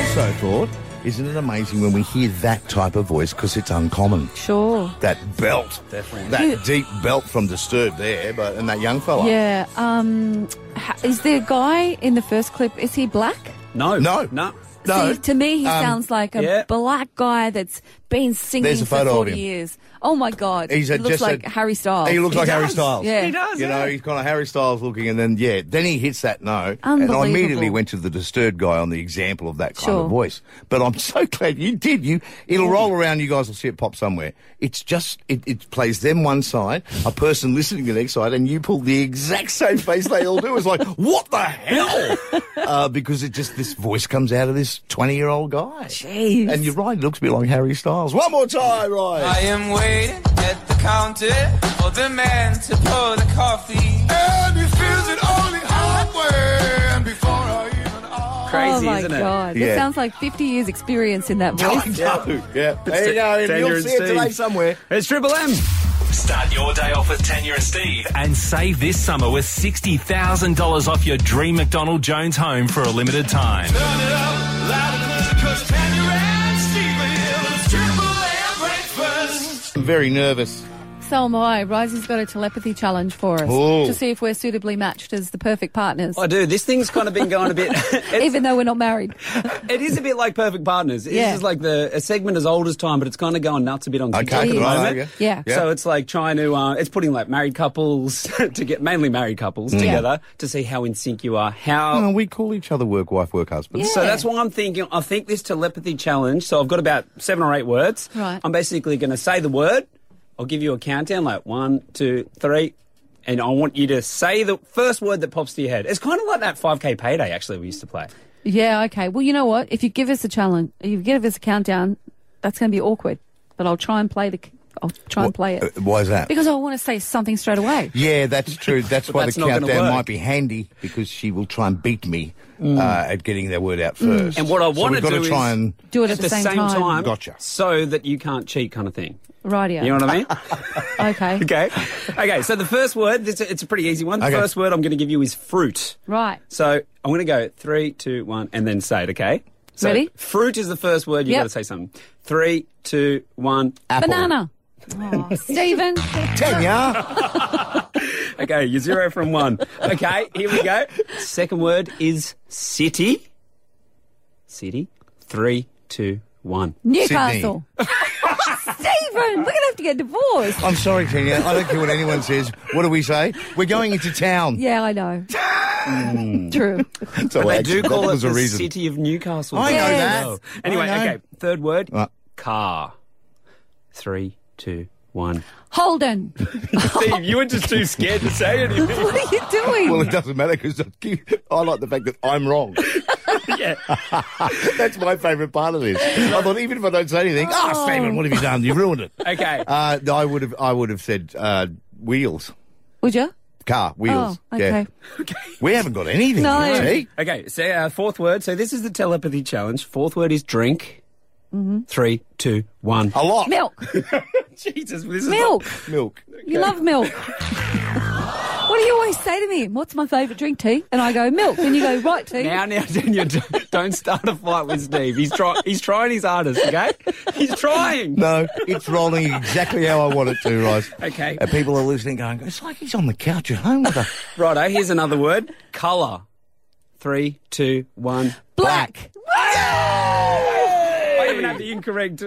S7: was for
S4: I also thought, isn't it amazing when we hear that type of voice because it's uncommon?
S3: Sure.
S4: That belt,
S5: Definitely.
S4: that deep belt from Disturbed there, but and that young fella.
S3: Yeah. Um, ha- is the guy in the first clip? Is he black?
S5: No.
S4: No.
S5: No.
S4: No.
S3: See, to me, he
S4: Um,
S3: sounds like a
S5: yeah.
S3: black guy that's been singing
S4: There's a
S3: for
S4: photo of
S3: forty
S4: him.
S3: years. Oh my God!
S4: He's a,
S3: he looks
S4: just
S3: like
S4: a,
S3: Harry Styles.
S4: He looks like Harry Styles.
S3: Yeah.
S5: He does.
S4: You know, he's kind of Harry Styles looking, and then yeah, then he hits that no, and
S3: Unbelievable.
S4: I immediately went to the disturbed guy on the example of that kind
S3: Sure.
S4: of voice. But I'm so glad you did. You, it'll roll around. You guys will see it pop somewhere. It's just it, it plays them one side, a person listening to the next side, and you pull the exact same face they all do. It's like what the hell? uh, because it just this voice comes out of this twenty year old guy.
S3: Jeez. Oh
S4: And you're right, it looks a bit like Harry Styles. One more time, right?
S13: I am waiting at the counter for the man to pour the coffee.
S7: And he feels it only halfway. And before I even
S3: Oh, oh my god! It
S4: Yeah.
S3: sounds like 50 years experience in that
S4: I
S3: voice.
S4: know. Yeah. There you go. And you'll see it today somewhere.
S5: It's Triple M.
S6: Start your day off with Tanya and Steve and save this summer with $60,000 off your dream McDonald Jones home for a limited time.
S2: Turn it up loud and clear, 'cause Tanya and Steve are here. It's Triple M breakfast.
S4: I'm very nervous.
S3: So am I. Rising's got a telepathy challenge for us
S5: Ooh.
S3: to see if we're suitably matched as the perfect partners.
S5: I do. This thing's kind of been going a bit.
S3: Even though we're not married.
S5: It is a bit like Perfect Partners. It's
S3: Yeah.
S5: just like the a segment as old as time, but it's kind of going nuts a bit on
S4: Okay,
S5: TikTok at the
S4: right,
S5: moment.
S4: yeah. Yeah.
S5: So it's like trying to, uh, it's putting like married couples to get mainly married couples
S4: Mm.
S5: together to see how in sync you are. How
S4: No, we call each other work wife, work husband.
S5: So that's why I'm thinking. I think this telepathy challenge. So I've got about seven or eight words.
S4: Right.
S5: I'm basically going to say the word. I'll give you a countdown, like one, two, three, and I want you to say the first word that pops to your head. It's kind of like that 5K payday actually we used to play.
S3: Yeah, okay. Well, you know what? If you give us a challenge, if you give us a countdown, that's going to be awkward. But I'll try and play the. I'll try and play it
S4: Uh, Why is that?
S3: because I want to say something straight away.
S4: yeah, that's true. That's
S5: But
S4: why
S5: that's
S4: the
S5: not gonna
S4: countdown
S5: work.
S4: might be handy because she will try and beat me
S5: Mm.
S4: uh, at getting that word out
S5: Mm.
S4: first.
S5: And what I
S4: so
S5: want
S4: we've
S5: to
S4: got
S5: do
S4: to try
S5: is
S4: and
S3: Do it at the same time.
S4: Gotcha.
S5: So that you can't cheat, kind of thing.
S3: Rightio.
S5: You know what I mean?
S3: Okay.
S5: okay. Okay. So the first word. This, it's a pretty easy one. The
S3: Okay.
S5: first word I'm going to give you is fruit.
S3: Right.
S5: So I'm going to go three, two, one, and then say it. Okay. So
S3: Ready?
S5: Fruit is the first word. You
S3: Yep.
S5: got to say something. Three, two, one.
S3: Banana. Oh, Stephen.
S5: Okay. You're zero from one. Okay. Here we go. Second word is city. City. Three, two, one.
S3: Newcastle. Stephen, we're going to have to get divorced.
S4: I'm sorry, Kenya. I don't care what anyone says. What do we say? We're going into town.
S3: Yeah, I know. True.
S4: So
S5: but they
S4: actually,
S5: do
S4: that
S5: call it
S4: was a
S5: the
S4: reason.
S5: city of Newcastle.
S4: I know Yes. that.
S5: Oh.
S4: I
S5: Anyway,
S4: know.
S5: okay. Third word, car. Three, two, one.
S3: Holden.
S5: Steve, you were just too scared to say anything.
S3: what are you doing?
S4: Well, it doesn't matter because I like the fact that I'm wrong.
S5: yeah.
S4: That's my favourite part of this. I thought even if I don't say anything, ah,
S5: Oh.
S4: Stephen, what have you done? You ruined it.
S5: Okay.
S4: Uh, I would have. I would have said uh, wheels,
S3: Would you?
S4: car, wheels.
S3: Oh, okay.
S4: We haven't got anything.
S3: No.
S4: see?
S5: Okay, so uh, fourth word. So this is the telepathy challenge. Fourth word is drink.
S3: Mhm.
S5: Three, two, one.
S4: A lot.
S3: Milk.
S5: Jesus, this is
S3: Oh. Milk.
S4: Milk.
S3: You love milk. what do you always say to me? What's my favourite drink? Tea? And I go milk. And you go right tea.
S5: Now, now, Daniel, don't- don't start a fight with Steve. He's try, he's trying his hardest. Okay, he's trying.
S4: No, it's rolling exactly how I want it to, Rice.
S5: Okay.
S4: And people are listening, going, it's like he's on the couch at home with her.
S5: Righto. Here's another word. Color. Three, two, one.
S3: Black.
S5: I even have the incorrect.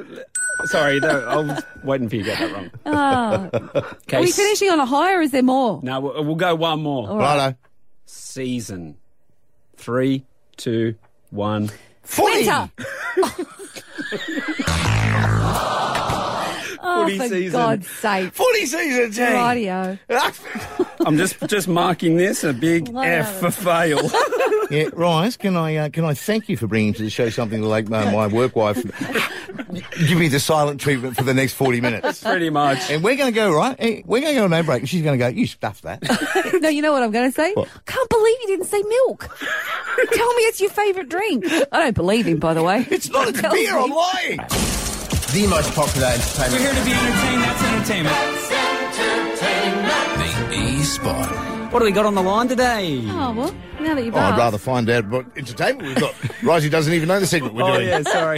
S5: Sorry, no, I was waiting for you to get that wrong.
S3: Ah.
S5: Okay.
S3: Are we
S5: s-
S3: finishing on a high or is there more?
S5: No, we'll, we'll go one more.
S3: All right.
S5: Season. Three, two, one.
S3: Winter. oh,
S5: Footy
S3: for
S5: season.
S3: God's sake.
S4: Footy season, Jane.
S3: Radio.
S5: I'm just just marking this a big
S3: Wow.
S5: F for fail.
S4: Yeah, Rice, can I uh, can I thank you for bringing to the show something like uh, my work wife? Give me the silent treatment for the next 40 minutes.
S5: Pretty much.
S4: And we're going to go, right? Hey, We're going to go on a break. And she's going to go, you stuffed that.
S3: no, you know what I'm going to say? Can't believe you didn't say milk. Tell me it's your favourite drink. I don't believe him, by the way. It's
S4: not.
S2: It's beer, I'm lying.
S1: The most popular entertainment.
S2: We're here
S5: to be entertained. That's entertainment.
S1: E Spot.
S5: What do we got on the line today?
S3: Oh, well, now that you've
S4: Oh, I'd
S3: asked.
S4: rather find out what entertainment we've got. Risey doesn't even know the segment we're
S5: oh
S4: doing.
S5: yeah, sorry.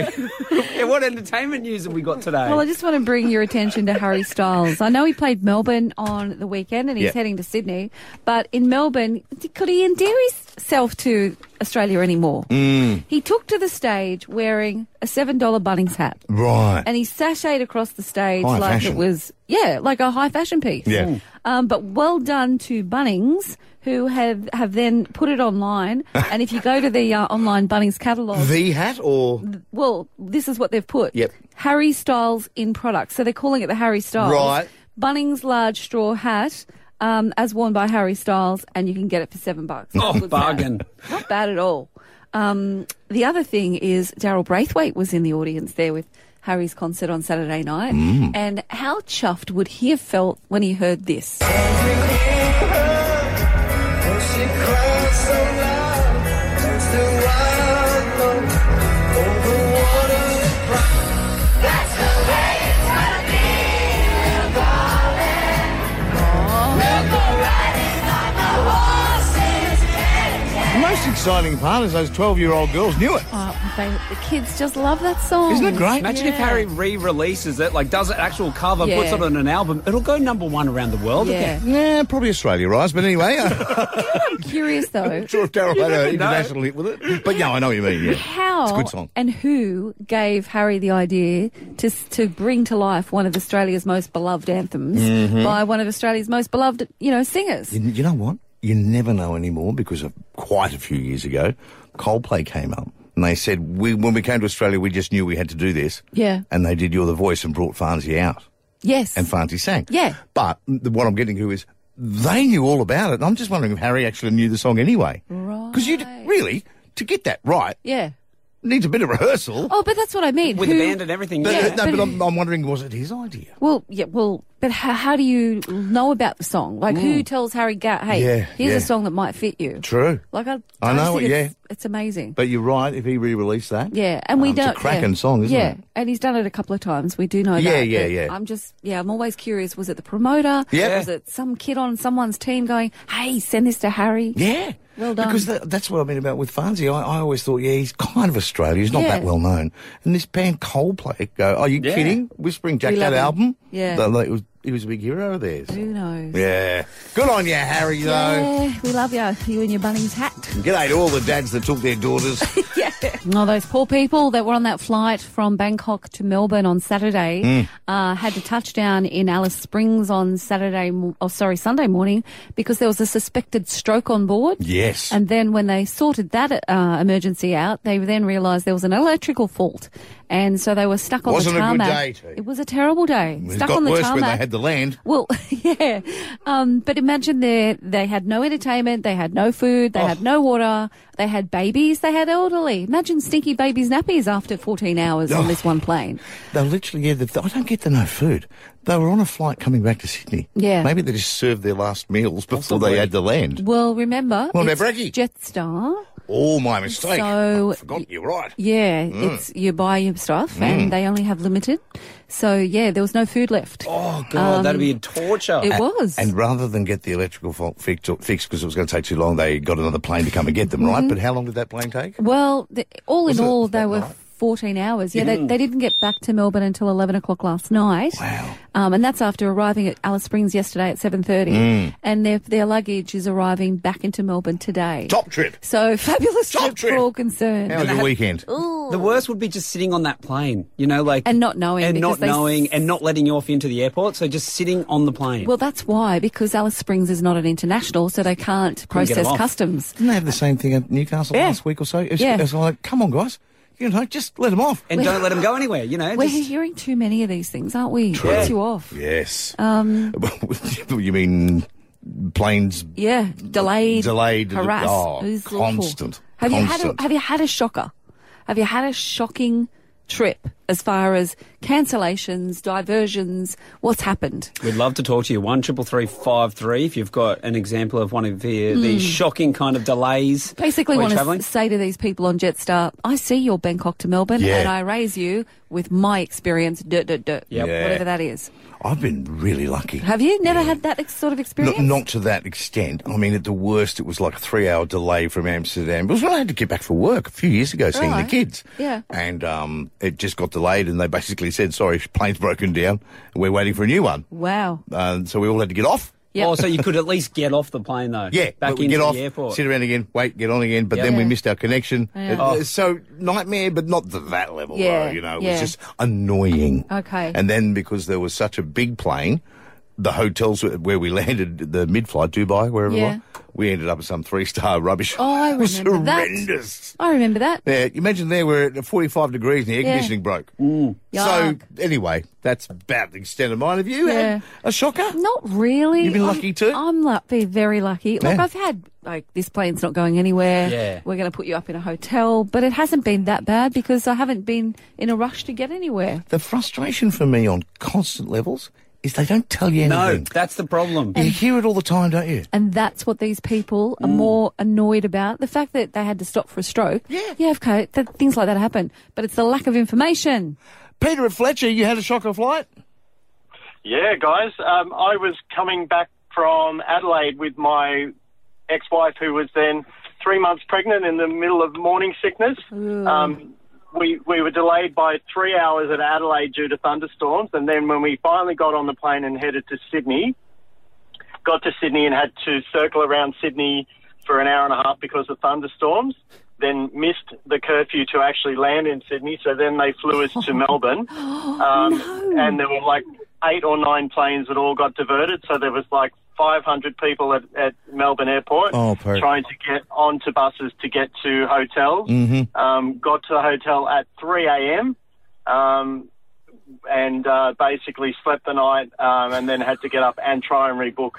S5: yeah, what entertainment news have we got today?
S3: Well, I just want to bring your attention to Harry Styles. I know he played Melbourne on the weekend and he's
S5: Yeah.
S3: heading to Sydney, but in Melbourne, could he endear himself to Australia anymore?
S4: Mm.
S3: He took to the stage wearing a $7 Bunnings hat.
S4: Right.
S3: And he sashayed across the stage
S4: High
S3: like
S4: fashion.
S3: it was, yeah, like a high fashion piece.
S4: Yeah. Mm.
S3: Um, but well done to Bunnings, who have, have then put it online. and if you go to the uh, online Bunnings catalogue,
S4: The hat or.
S3: well, this is what they've put.
S4: Yep.
S3: Harry Styles in product. So they're calling it the Harry Styles.
S4: Right.
S3: Bunnings large straw hat, um, as worn by Harry Styles, and you can get it for seven bucks.
S5: oh,
S3: Good price.
S5: bargain.
S3: Not bad at all. Um, the other thing is Daryl Braithwaite was in the audience there with Harry's concert on Saturday night.
S4: Mm.
S3: And how chuffed would he have felt when he heard this?
S2: She cried so loud, it's the wild
S4: signing partners, those 12 year old girls, knew it.
S3: Oh, they, the kids just love that song.
S4: Isn't it great?
S5: Imagine if Harry re-releases it, like does an actual cover,
S3: Yeah.
S5: puts it on an album, it'll go number one around the world
S3: Yeah.
S5: again.
S4: Yeah, probably Australia rise, but anyway. uh,
S3: I'm curious though.
S4: I'm sure if Daryl had
S5: never
S4: an
S5: know.
S4: international hit with it. But yeah, I know what you mean, yeah.
S3: How
S4: It's a good song.
S3: and who gave Harry the idea to to bring to life one of Australia's most beloved anthems
S4: Mhm.
S3: by one of Australia's most beloved, you know, singers?
S4: You, you know what? You never know anymore because of quite a few years ago, Coldplay came up and they said, we, when we came to Australia, we just knew we had to do this.
S3: Yeah.
S4: And they did You're the Voice and brought Farnsey out.
S3: Yes.
S4: And Farnsey sang.
S3: Yeah.
S4: But the, what I'm getting to is they knew all about it. And I'm just wondering if Harry actually knew the song anyway.
S3: Right.
S4: Because you really, to get that right,
S3: Yeah.
S4: needs a bit of rehearsal.
S3: Oh, but that's what I mean. Who-
S5: everything.
S4: But,
S3: yeah.
S4: uh, no,
S3: But-
S4: but I'm, I'm wondering, was it his idea?
S3: Well, yeah, well, but how, how do you know about the song? Like, who
S4: Mm.
S3: tells Harry Gatt, hey,
S4: Yeah,
S3: here's
S4: yeah.
S3: a song that might fit you?
S4: True.
S3: Like, I,
S4: I
S3: just
S4: know,
S3: think it's-
S4: yeah.
S3: It's amazing.
S4: But you're right, if he re-released that.
S3: Yeah, and we
S4: Um,
S3: don't.
S4: It's a cracking
S3: yeah.
S4: song, isn't
S3: yeah.
S4: it?
S3: and he's done it a couple of times. We do know
S4: Yeah,
S3: that.
S4: yeah,
S3: but
S4: yeah.
S3: I'm just, yeah, I'm always curious. Was it the promoter?
S4: Yeah.
S3: Was it some kid on someone's team going, hey, send this to Harry?
S4: Yeah.
S3: Well done.
S4: Because that, that's what I mean about with Fonzie. I, I always thought, yeah, he's kind of Australian. He's not
S3: Yeah.
S4: that well known. And this band Coldplay go, are you
S3: Yeah.
S4: kidding? Whispering Jack,
S3: We
S4: that
S3: love him.
S4: album?
S3: Yeah.
S4: They- they- it was, he was a big hero of theirs.
S3: Who knows?
S4: Yeah. Good on you, Harry, though.
S3: Yeah, we love you. You and your Bunnings hat.
S4: G'day to all the dads that took their daughters.
S3: Oh, those poor people that were on that flight from Bangkok to Melbourne on Saturday
S4: Mm.
S3: uh, had to touch down in Alice Springs on Saturday, mo- oh sorry, Sunday morning because there was a suspected stroke on board.
S4: Yes.
S3: And then when they sorted that uh, emergency out, they then realised there was an electrical fault, and so they were stuck on
S4: Wasn't
S3: the
S4: a good
S3: tarmac.
S4: day, T.
S3: It was a terrible day.
S4: It
S3: stuck
S4: got
S3: on the
S4: worse
S3: tarmac.
S4: when they had the land.
S3: Well, yeah. Um, but imagine they they had no entertainment, they had no food, they
S4: Oh.
S3: had no water, they had babies, they had elderly. Imagine stinky babies' nappies after 14 hours on
S4: Oh.
S3: this one plane.
S4: They were literally, yeah, the, I don't get the no food. They were on a flight coming back to Sydney.
S3: Yeah.
S4: Maybe they just served their last meals before they had the land.
S3: Well, remember,
S4: Well, now,
S3: it's
S4: Brekkie.
S3: Jetstar.
S4: Oh, my mistake.
S3: So-
S4: I forgot, you're right.
S3: Yeah,
S4: Mm.
S3: it's you buy your stuff,
S4: Mm.
S3: and they only have limited. So yeah, there was no food left.
S5: Oh God, that'd be torture.
S3: Um, It was.
S4: And rather than get the electrical fault fixed because it was going to take too long, they got another plane to come and get them, right?
S3: Mhm.
S4: But how long did that plane take?
S3: Well, the, all in
S4: Wasn't it
S3: all, they were 14 hours. Yeah, they,
S4: Yeah.
S3: they didn't get back to Melbourne until 11 o'clock last night. Wow. Um, and that's after arriving at Alice Springs yesterday at 7.30.
S4: Mm.
S3: And their, their luggage is arriving back into Melbourne today.
S4: Top trip.
S3: So fabulous
S5: Top
S3: trip, for all concerned.
S5: And they had-
S3: Ooh.
S5: The worst would be just sitting on that plane, you know, like
S3: And not knowing
S5: and
S3: because
S5: not
S3: they s-
S5: knowing, and not letting you off into the airport. So just sitting on the plane.
S3: Well, that's why, because Alice Springs is not an international, so they can't
S5: Couldn't get 'em
S3: process
S5: off.
S3: customs.
S4: Didn't they have the same thing at Newcastle last week or so? It's,
S3: Yeah.
S4: it's like, come on, guys. You know, just let them off.
S5: and don't let them go anywhere, you know.
S3: We're
S5: just-
S3: hearing too many of these things, aren't we?
S4: True.
S3: Puts you off.
S4: Yes.
S3: Um,
S4: you mean planes
S3: yeah, delayed,
S4: Delayed,
S3: harassed,
S4: oh,
S3: It was awful.
S4: constant,
S3: Have you had
S4: constant.
S3: a, have you had a shocker? Have you had a shocking trip as far as cancellations, diversions? What's happened?
S5: We'd love to talk to you. One triple three five three. If you've got an example of one of the, the
S3: Hmm.
S5: shocking kind of delays,
S3: Basically,
S5: while
S3: want
S5: you're
S3: to
S5: traveling.
S3: say to these people on Jetstar, I see your Bangkok to Melbourne,
S4: Yeah.
S3: and I raise you with my experience, dirt, dirt, dirt,
S4: Yep. Yeah.
S3: whatever that is.
S4: I've been really lucky.
S3: Have you never had that ex- sort of experience?
S4: Not, not to that extent. I mean, at the worst, it was like a three-hour delay from Amsterdam. It was when I had to get back for work a few years ago, seeing
S3: Right.
S4: the kids.
S3: Yeah.
S4: And um, it just got delayed, and they basically said, "Sorry, plane's broken down. We're waiting for a new one."
S3: Wow.
S4: Uh, so we all had to get off.
S5: Oh, so you could at least get off the plane though.
S4: Yeah,
S5: back
S4: but we
S5: into
S4: get
S5: the
S4: off,
S5: airport.
S4: sit around again, wait, get on again, but
S5: Yeah.
S4: then we
S5: Yeah.
S4: missed our connection.
S3: Yeah.
S4: It-
S5: Oh.
S4: So nightmare, but not to that level.
S3: Yeah,
S4: Though, you know, it
S3: yeah.
S4: was just annoying.
S3: Okay.
S4: And then because there was such a big plane, the hotels wh- where we landed, the mid-flight Dubai, wherever
S3: Yeah.
S4: it was, we ended up at some three-star rubbish.
S3: Oh, I
S4: It was
S3: remember that.
S4: horrendous.
S3: I remember that.
S4: Yeah, you imagine there we're at 45 degrees and the air
S3: Yeah.
S4: conditioning broke.
S3: Yuck.
S4: So anyway, that's about the extent of mine. Have you
S3: Yeah.
S4: had a shocker?
S3: Not really.
S4: You've been
S3: I'm-
S4: lucky too?
S3: I'm lucky, very lucky. Like
S4: Yeah.
S3: I've had like this plane's not going anywhere.
S4: Yeah.
S3: We're going to put you up in a hotel, but it hasn't been that bad because I haven't been in a rush to get anywhere.
S4: The frustration for me on constant levels is they don't tell you
S5: no,
S4: anything.
S5: that's the problem.
S4: You hear it all the time, don't you?
S3: And that's what these people
S4: Mm.
S3: are more annoyed about. The fact that they had to stop for a stroke. Yeah. Yeah, okay. That, things like that happen. But it's the lack of information.
S4: Peter at Fletcher, you had a shocker flight?
S14: Yeah, guys. Um, I was coming back from Adelaide with my ex-wife, who was then
S12: three months pregnant in the middle of morning sickness. Um, we, we were delayed by three hours at Adelaide due to thunderstorms, and then when we finally got on the plane and headed to Sydney, got to Sydney and had to circle around Sydney for an hour and a half because of thunderstorms. Then missed the curfew to actually land in Sydney, so then they flew us to Melbourne, um, and there were like eight or nine planes that all got diverted. So there was like 500 people at, at Melbourne Airport
S4: Oh, perfect.
S12: trying to get onto buses to get to hotels.
S4: Mhm.
S12: Um, got to the hotel at 3 a.m. Um, and uh, basically slept the night um, and then had to get up and try and rebook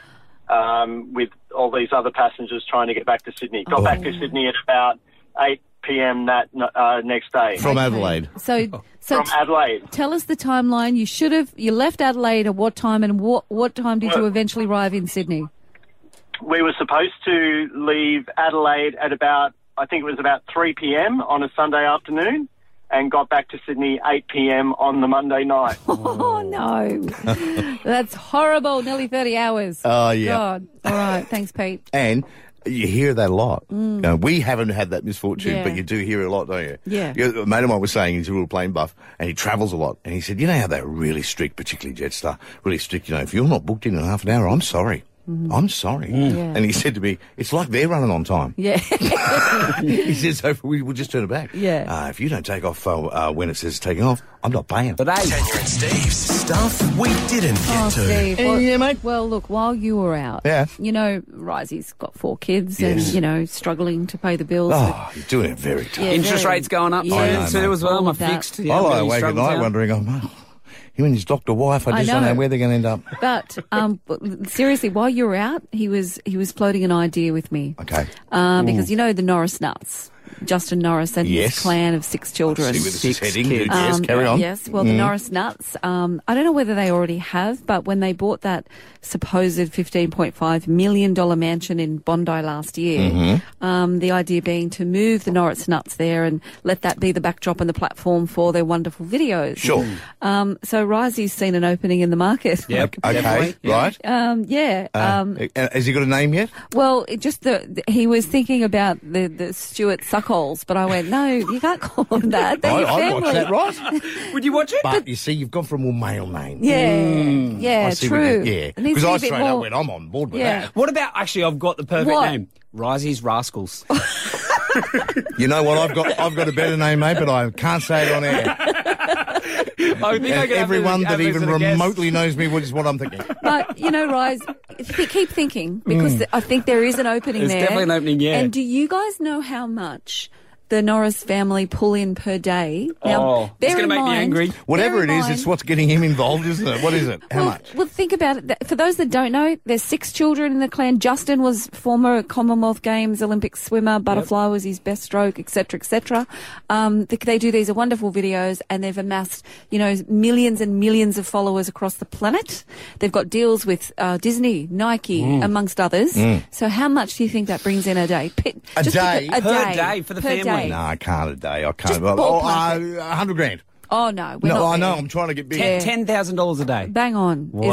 S12: um, with all these other passengers trying to get back to Sydney. Got back to Sydney at about 8 p.m. that n- uh, next day.
S4: From Adelaide.
S3: So, so
S12: From Adelaide.
S3: tell us the timeline. You should have you left Adelaide at what time, and what what time did you eventually arrive in Sydney?
S12: We were supposed to leave Adelaide at about, I think it was about 3 p.m. on a Sunday afternoon and got back to Sydney 8 p.m. on the Monday night.
S3: Oh no, that's horrible. Nearly thirty hours.
S4: Oh, yeah.
S3: God. All right. Thanks, Pete.
S4: And you hear that a lot.
S3: Mm.
S4: You know, we haven't had that misfortune,
S3: Yeah.
S4: but you do hear it a lot, don't you?
S3: Yeah.
S4: You know, a mate of mine was saying he's a real plane buff and he travels a lot. And he said, You know how they're really strict, particularly Jetstar, really strict. You know, if you're not booked in in half an hour, I'm sorry.
S3: Mm-hmm.
S4: I'm sorry.
S3: Yeah.
S4: And he said to me, It's like they're running on time.
S3: Yeah.
S4: he says, So we, we'll just turn it back.
S3: Yeah.
S4: Uh, if you don't take off uh, uh, when it says taking off, I'm not paying. But
S6: Tanya and Steve's stuff we didn't get
S3: Oh,
S6: to.
S3: Steve. Well, well, look, while you were out,
S6: Yeah.
S3: you know, Risey's got four kids
S4: Yes.
S3: and, you know, struggling to pay the bills.
S4: Oh, you're doing it very tough.
S3: Yeah, Interest very. rates going up
S4: I
S3: soon
S4: know,
S5: too
S4: mate.
S5: as well.
S3: All
S5: My
S3: of that.
S5: fixed.
S4: I
S5: Yeah,
S4: lie
S5: really
S4: awake at
S5: struggles
S4: night
S5: out.
S4: wondering, oh, man, him and his doctor wife, I
S3: I
S4: just don't
S3: know.
S4: know where they're going to end up.
S3: But um, but seriously, while you were out, he was he was floating an idea with me.
S4: Okay.
S3: Uh, because
S4: Mm.
S3: you know the Norris nuts, Justin Norris and
S4: Yes.
S3: his clan of six children.
S4: see where this is Six heading, kids. but yes, carry on.
S3: Um, Yes, well, the
S4: Mm.
S3: Norris nuts. Um, I don't know whether they already have, but when they bought that supposed fifteen point five million dollar mansion in Bondi last year,
S15: Mhm.
S4: Mm-hmm.
S3: um, the idea being to move the Norris nuts there and let that be the backdrop and the platform for their wonderful videos.
S15: Sure.
S3: Um, so Risey's seen an opening in the market.
S4: Okay, right.
S3: Um, yeah. um,
S4: Uh, uh, has he got a name yet?
S3: well, it just the, the- he was thinking about the the Stuart suckholes, but I went, no, you can't call them that. They're
S4: I,
S3: your
S4: I
S3: family.
S4: watch that, right?
S5: Would you watch it?
S4: But you see, you've gone from a male name.
S3: Yeah, yeah,
S4: Mm. I see what you-
S3: true.
S4: yeah,
S3: It needs to
S4: because
S3: be
S4: I
S3: a bit
S4: straight up
S3: more-
S4: went, I'm on board with
S3: Yeah.
S4: that.
S5: What about actually? I've got the perfect
S3: What?
S5: name: Risey's Rascals.
S4: You know what? I've got I've got a better name, mate, but I can't say it on air.
S5: I think I
S4: And
S5: could have
S4: everyone
S5: this- have
S4: that
S5: this
S4: even
S5: as a guest.
S4: remotely knows me is what I'm thinking.
S3: But you know, Rise, th- keep thinking because
S4: Mm.
S3: th- I think there is an opening
S5: There's
S3: there.
S5: definitely an opening, yeah.
S3: And do you guys know how much? The Norris family pull in per day.
S4: Oh,
S3: bear in mind-
S4: Whatever
S3: bear
S4: it
S3: in
S4: is,
S3: mind-
S4: it's what's getting him involved, isn't it? What is it? How much?
S3: Well, think about it. Th- For those that don't know, there's six children in the clan. Justin was former Commonwealth Games Olympic swimmer. Butterfly was his best stroke, etc., etc. Um, th- they do these wonderful videos, and they've amassed, you know, millions and millions of followers across the planet. They've got deals with uh, Disney, Nike,
S5: Mm.
S3: amongst others.
S4: Mm.
S3: So, how much do you think that brings in a day? Pi-
S4: A
S3: just pick
S4: day?
S3: a,
S4: Per
S3: day
S5: day for the
S3: per
S5: family.
S3: day.
S4: No, I can't a day. I can't.
S3: Just
S4: oh,
S3: ballpark
S4: uh, 100 grand.
S3: Oh no, we're
S4: No,
S3: not
S4: I know.
S3: there.
S4: I'm trying to get big.
S3: Yeah.
S5: Ten thousand dollars a day.
S3: Bang on.
S5: Wow.
S3: Is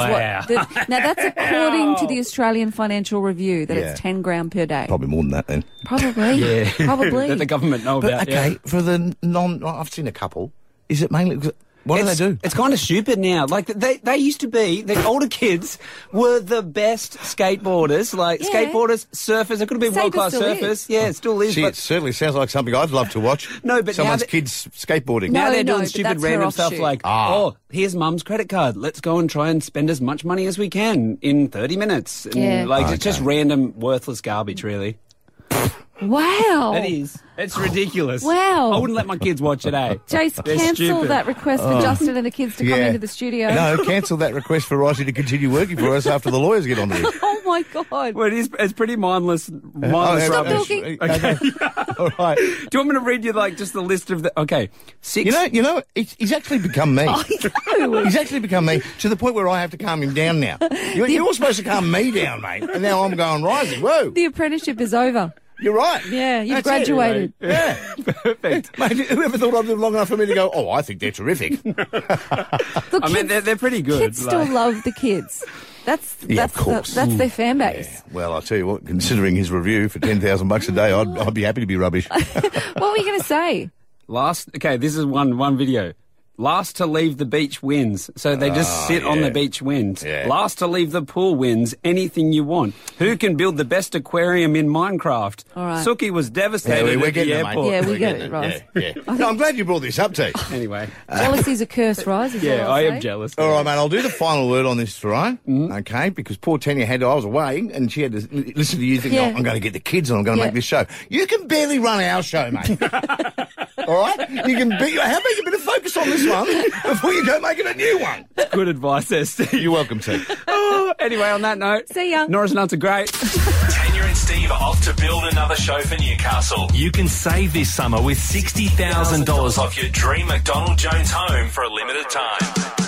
S3: what the, now that's according to the Australian Financial Review that
S4: Yeah.
S3: it's ten grand per day.
S4: Probably more than that then.
S3: Probably. Probably.
S5: that the government know
S4: But
S5: about.
S4: okay,
S5: yeah.
S4: for the non, I've seen a couple. Is it mainly? 'cause- What
S5: it's,
S4: do they do?
S5: It's kind of stupid now. Like they, they used to be the older kids were the best skateboarders, like
S3: Yeah.
S5: skateboarders, surfers. It could have been
S3: Saber
S5: world class
S3: still is.
S5: surfers. Yeah, it still is.
S4: Gee, it
S5: but
S4: certainly sounds like something I'd love to watch.
S5: No, but now
S4: someone's
S5: that-
S4: kids skateboarding.
S5: now they're
S3: no,
S5: doing
S3: but
S5: stupid
S3: that's her
S5: random stuff
S3: offshoot.
S5: like,
S4: Ah.
S5: oh, here's mum's credit card. Let's go and try and spend as much money as we can in 30 minutes. And,
S3: Yeah.
S5: Like
S4: Okay.
S5: it's just random, worthless garbage, really.
S3: Wow.
S5: It is. It's ridiculous.
S3: Oh. Wow.
S5: I wouldn't let my kids watch it, eh?
S3: Jace,
S5: They're
S3: cancel
S5: stupid.
S3: that request for
S4: Oh.
S3: Justin and the kids to come into the studio.
S4: No, cancel that request for Rossi to continue working for us after the lawyers get on to it.
S3: oh my god.
S5: Well, it is. It's pretty mindless. mindless
S4: yeah,
S5: rubbish.
S4: Stop talking.
S5: Okay.
S4: All right.
S5: Do you want me to read you like just the list of the? Okay. Six.
S4: You know, you know, he's, he's actually become me.
S3: know.
S4: He's actually become me to the point where I have to calm him down now. You're, you're supposed to calm me down, mate, and now I'm going rising. Whoa,
S3: The apprenticeship is over.
S4: you're right.
S3: Yeah, you've
S4: That's it.
S3: graduated.
S4: Yeah, perfect. Mate, whoever thought I'd live long enough for me to go? Oh, I think they're terrific.
S5: I mean, they're, they're pretty good.
S3: Kids still
S5: like-
S3: love the kids. That's
S4: Yeah, of
S3: that's the,
S4: course.
S3: that's
S4: Mm.
S3: their fan base.
S4: Well, I tell you what, considering his review for ten thousand bucks a day, I'd, I'd be happy to be rubbish.
S3: What were you going to say?
S5: Last, okay, this is one one video. Last to leave the beach wins. So they just
S16: Ah,
S5: sit on
S16: yeah.
S5: the beach wins. Last to leave the pool wins. Anything you want. Who can build the best aquarium in Minecraft?
S3: All right.
S5: Suki was devastated
S4: Yeah, we- we're
S5: at the
S4: getting it, mate.
S5: airport.
S3: Yeah, we We're get it, getting it. Ross.
S4: Yeah. No, I'm glad you brought this up, T.
S5: Anyway.
S3: Jealousy's a curse, Rise. Is all I'll say.
S4: All right, mate. I'll do the final word on this, right?
S3: Mm.
S4: Okay, because poor Tanya had to, I was away, and she had to l- listen to you think,
S3: Yeah.
S4: "Oh, I'm going to get the kids on. I'm going to
S3: Yeah.
S4: make this show. You can barely run our show, mate. All right, you can. Be, how about you better focus on this one before you go making a new one?
S5: Good advice, there, Steve.
S4: You're welcome, T.
S5: Oh, anyway, on that note,
S3: see ya.
S5: Norris and Nuts are great.
S6: Tanya and Steve are off to build another show for Newcastle. You can save this summer with $60,000 off your dream McDonald Jones home for a limited time.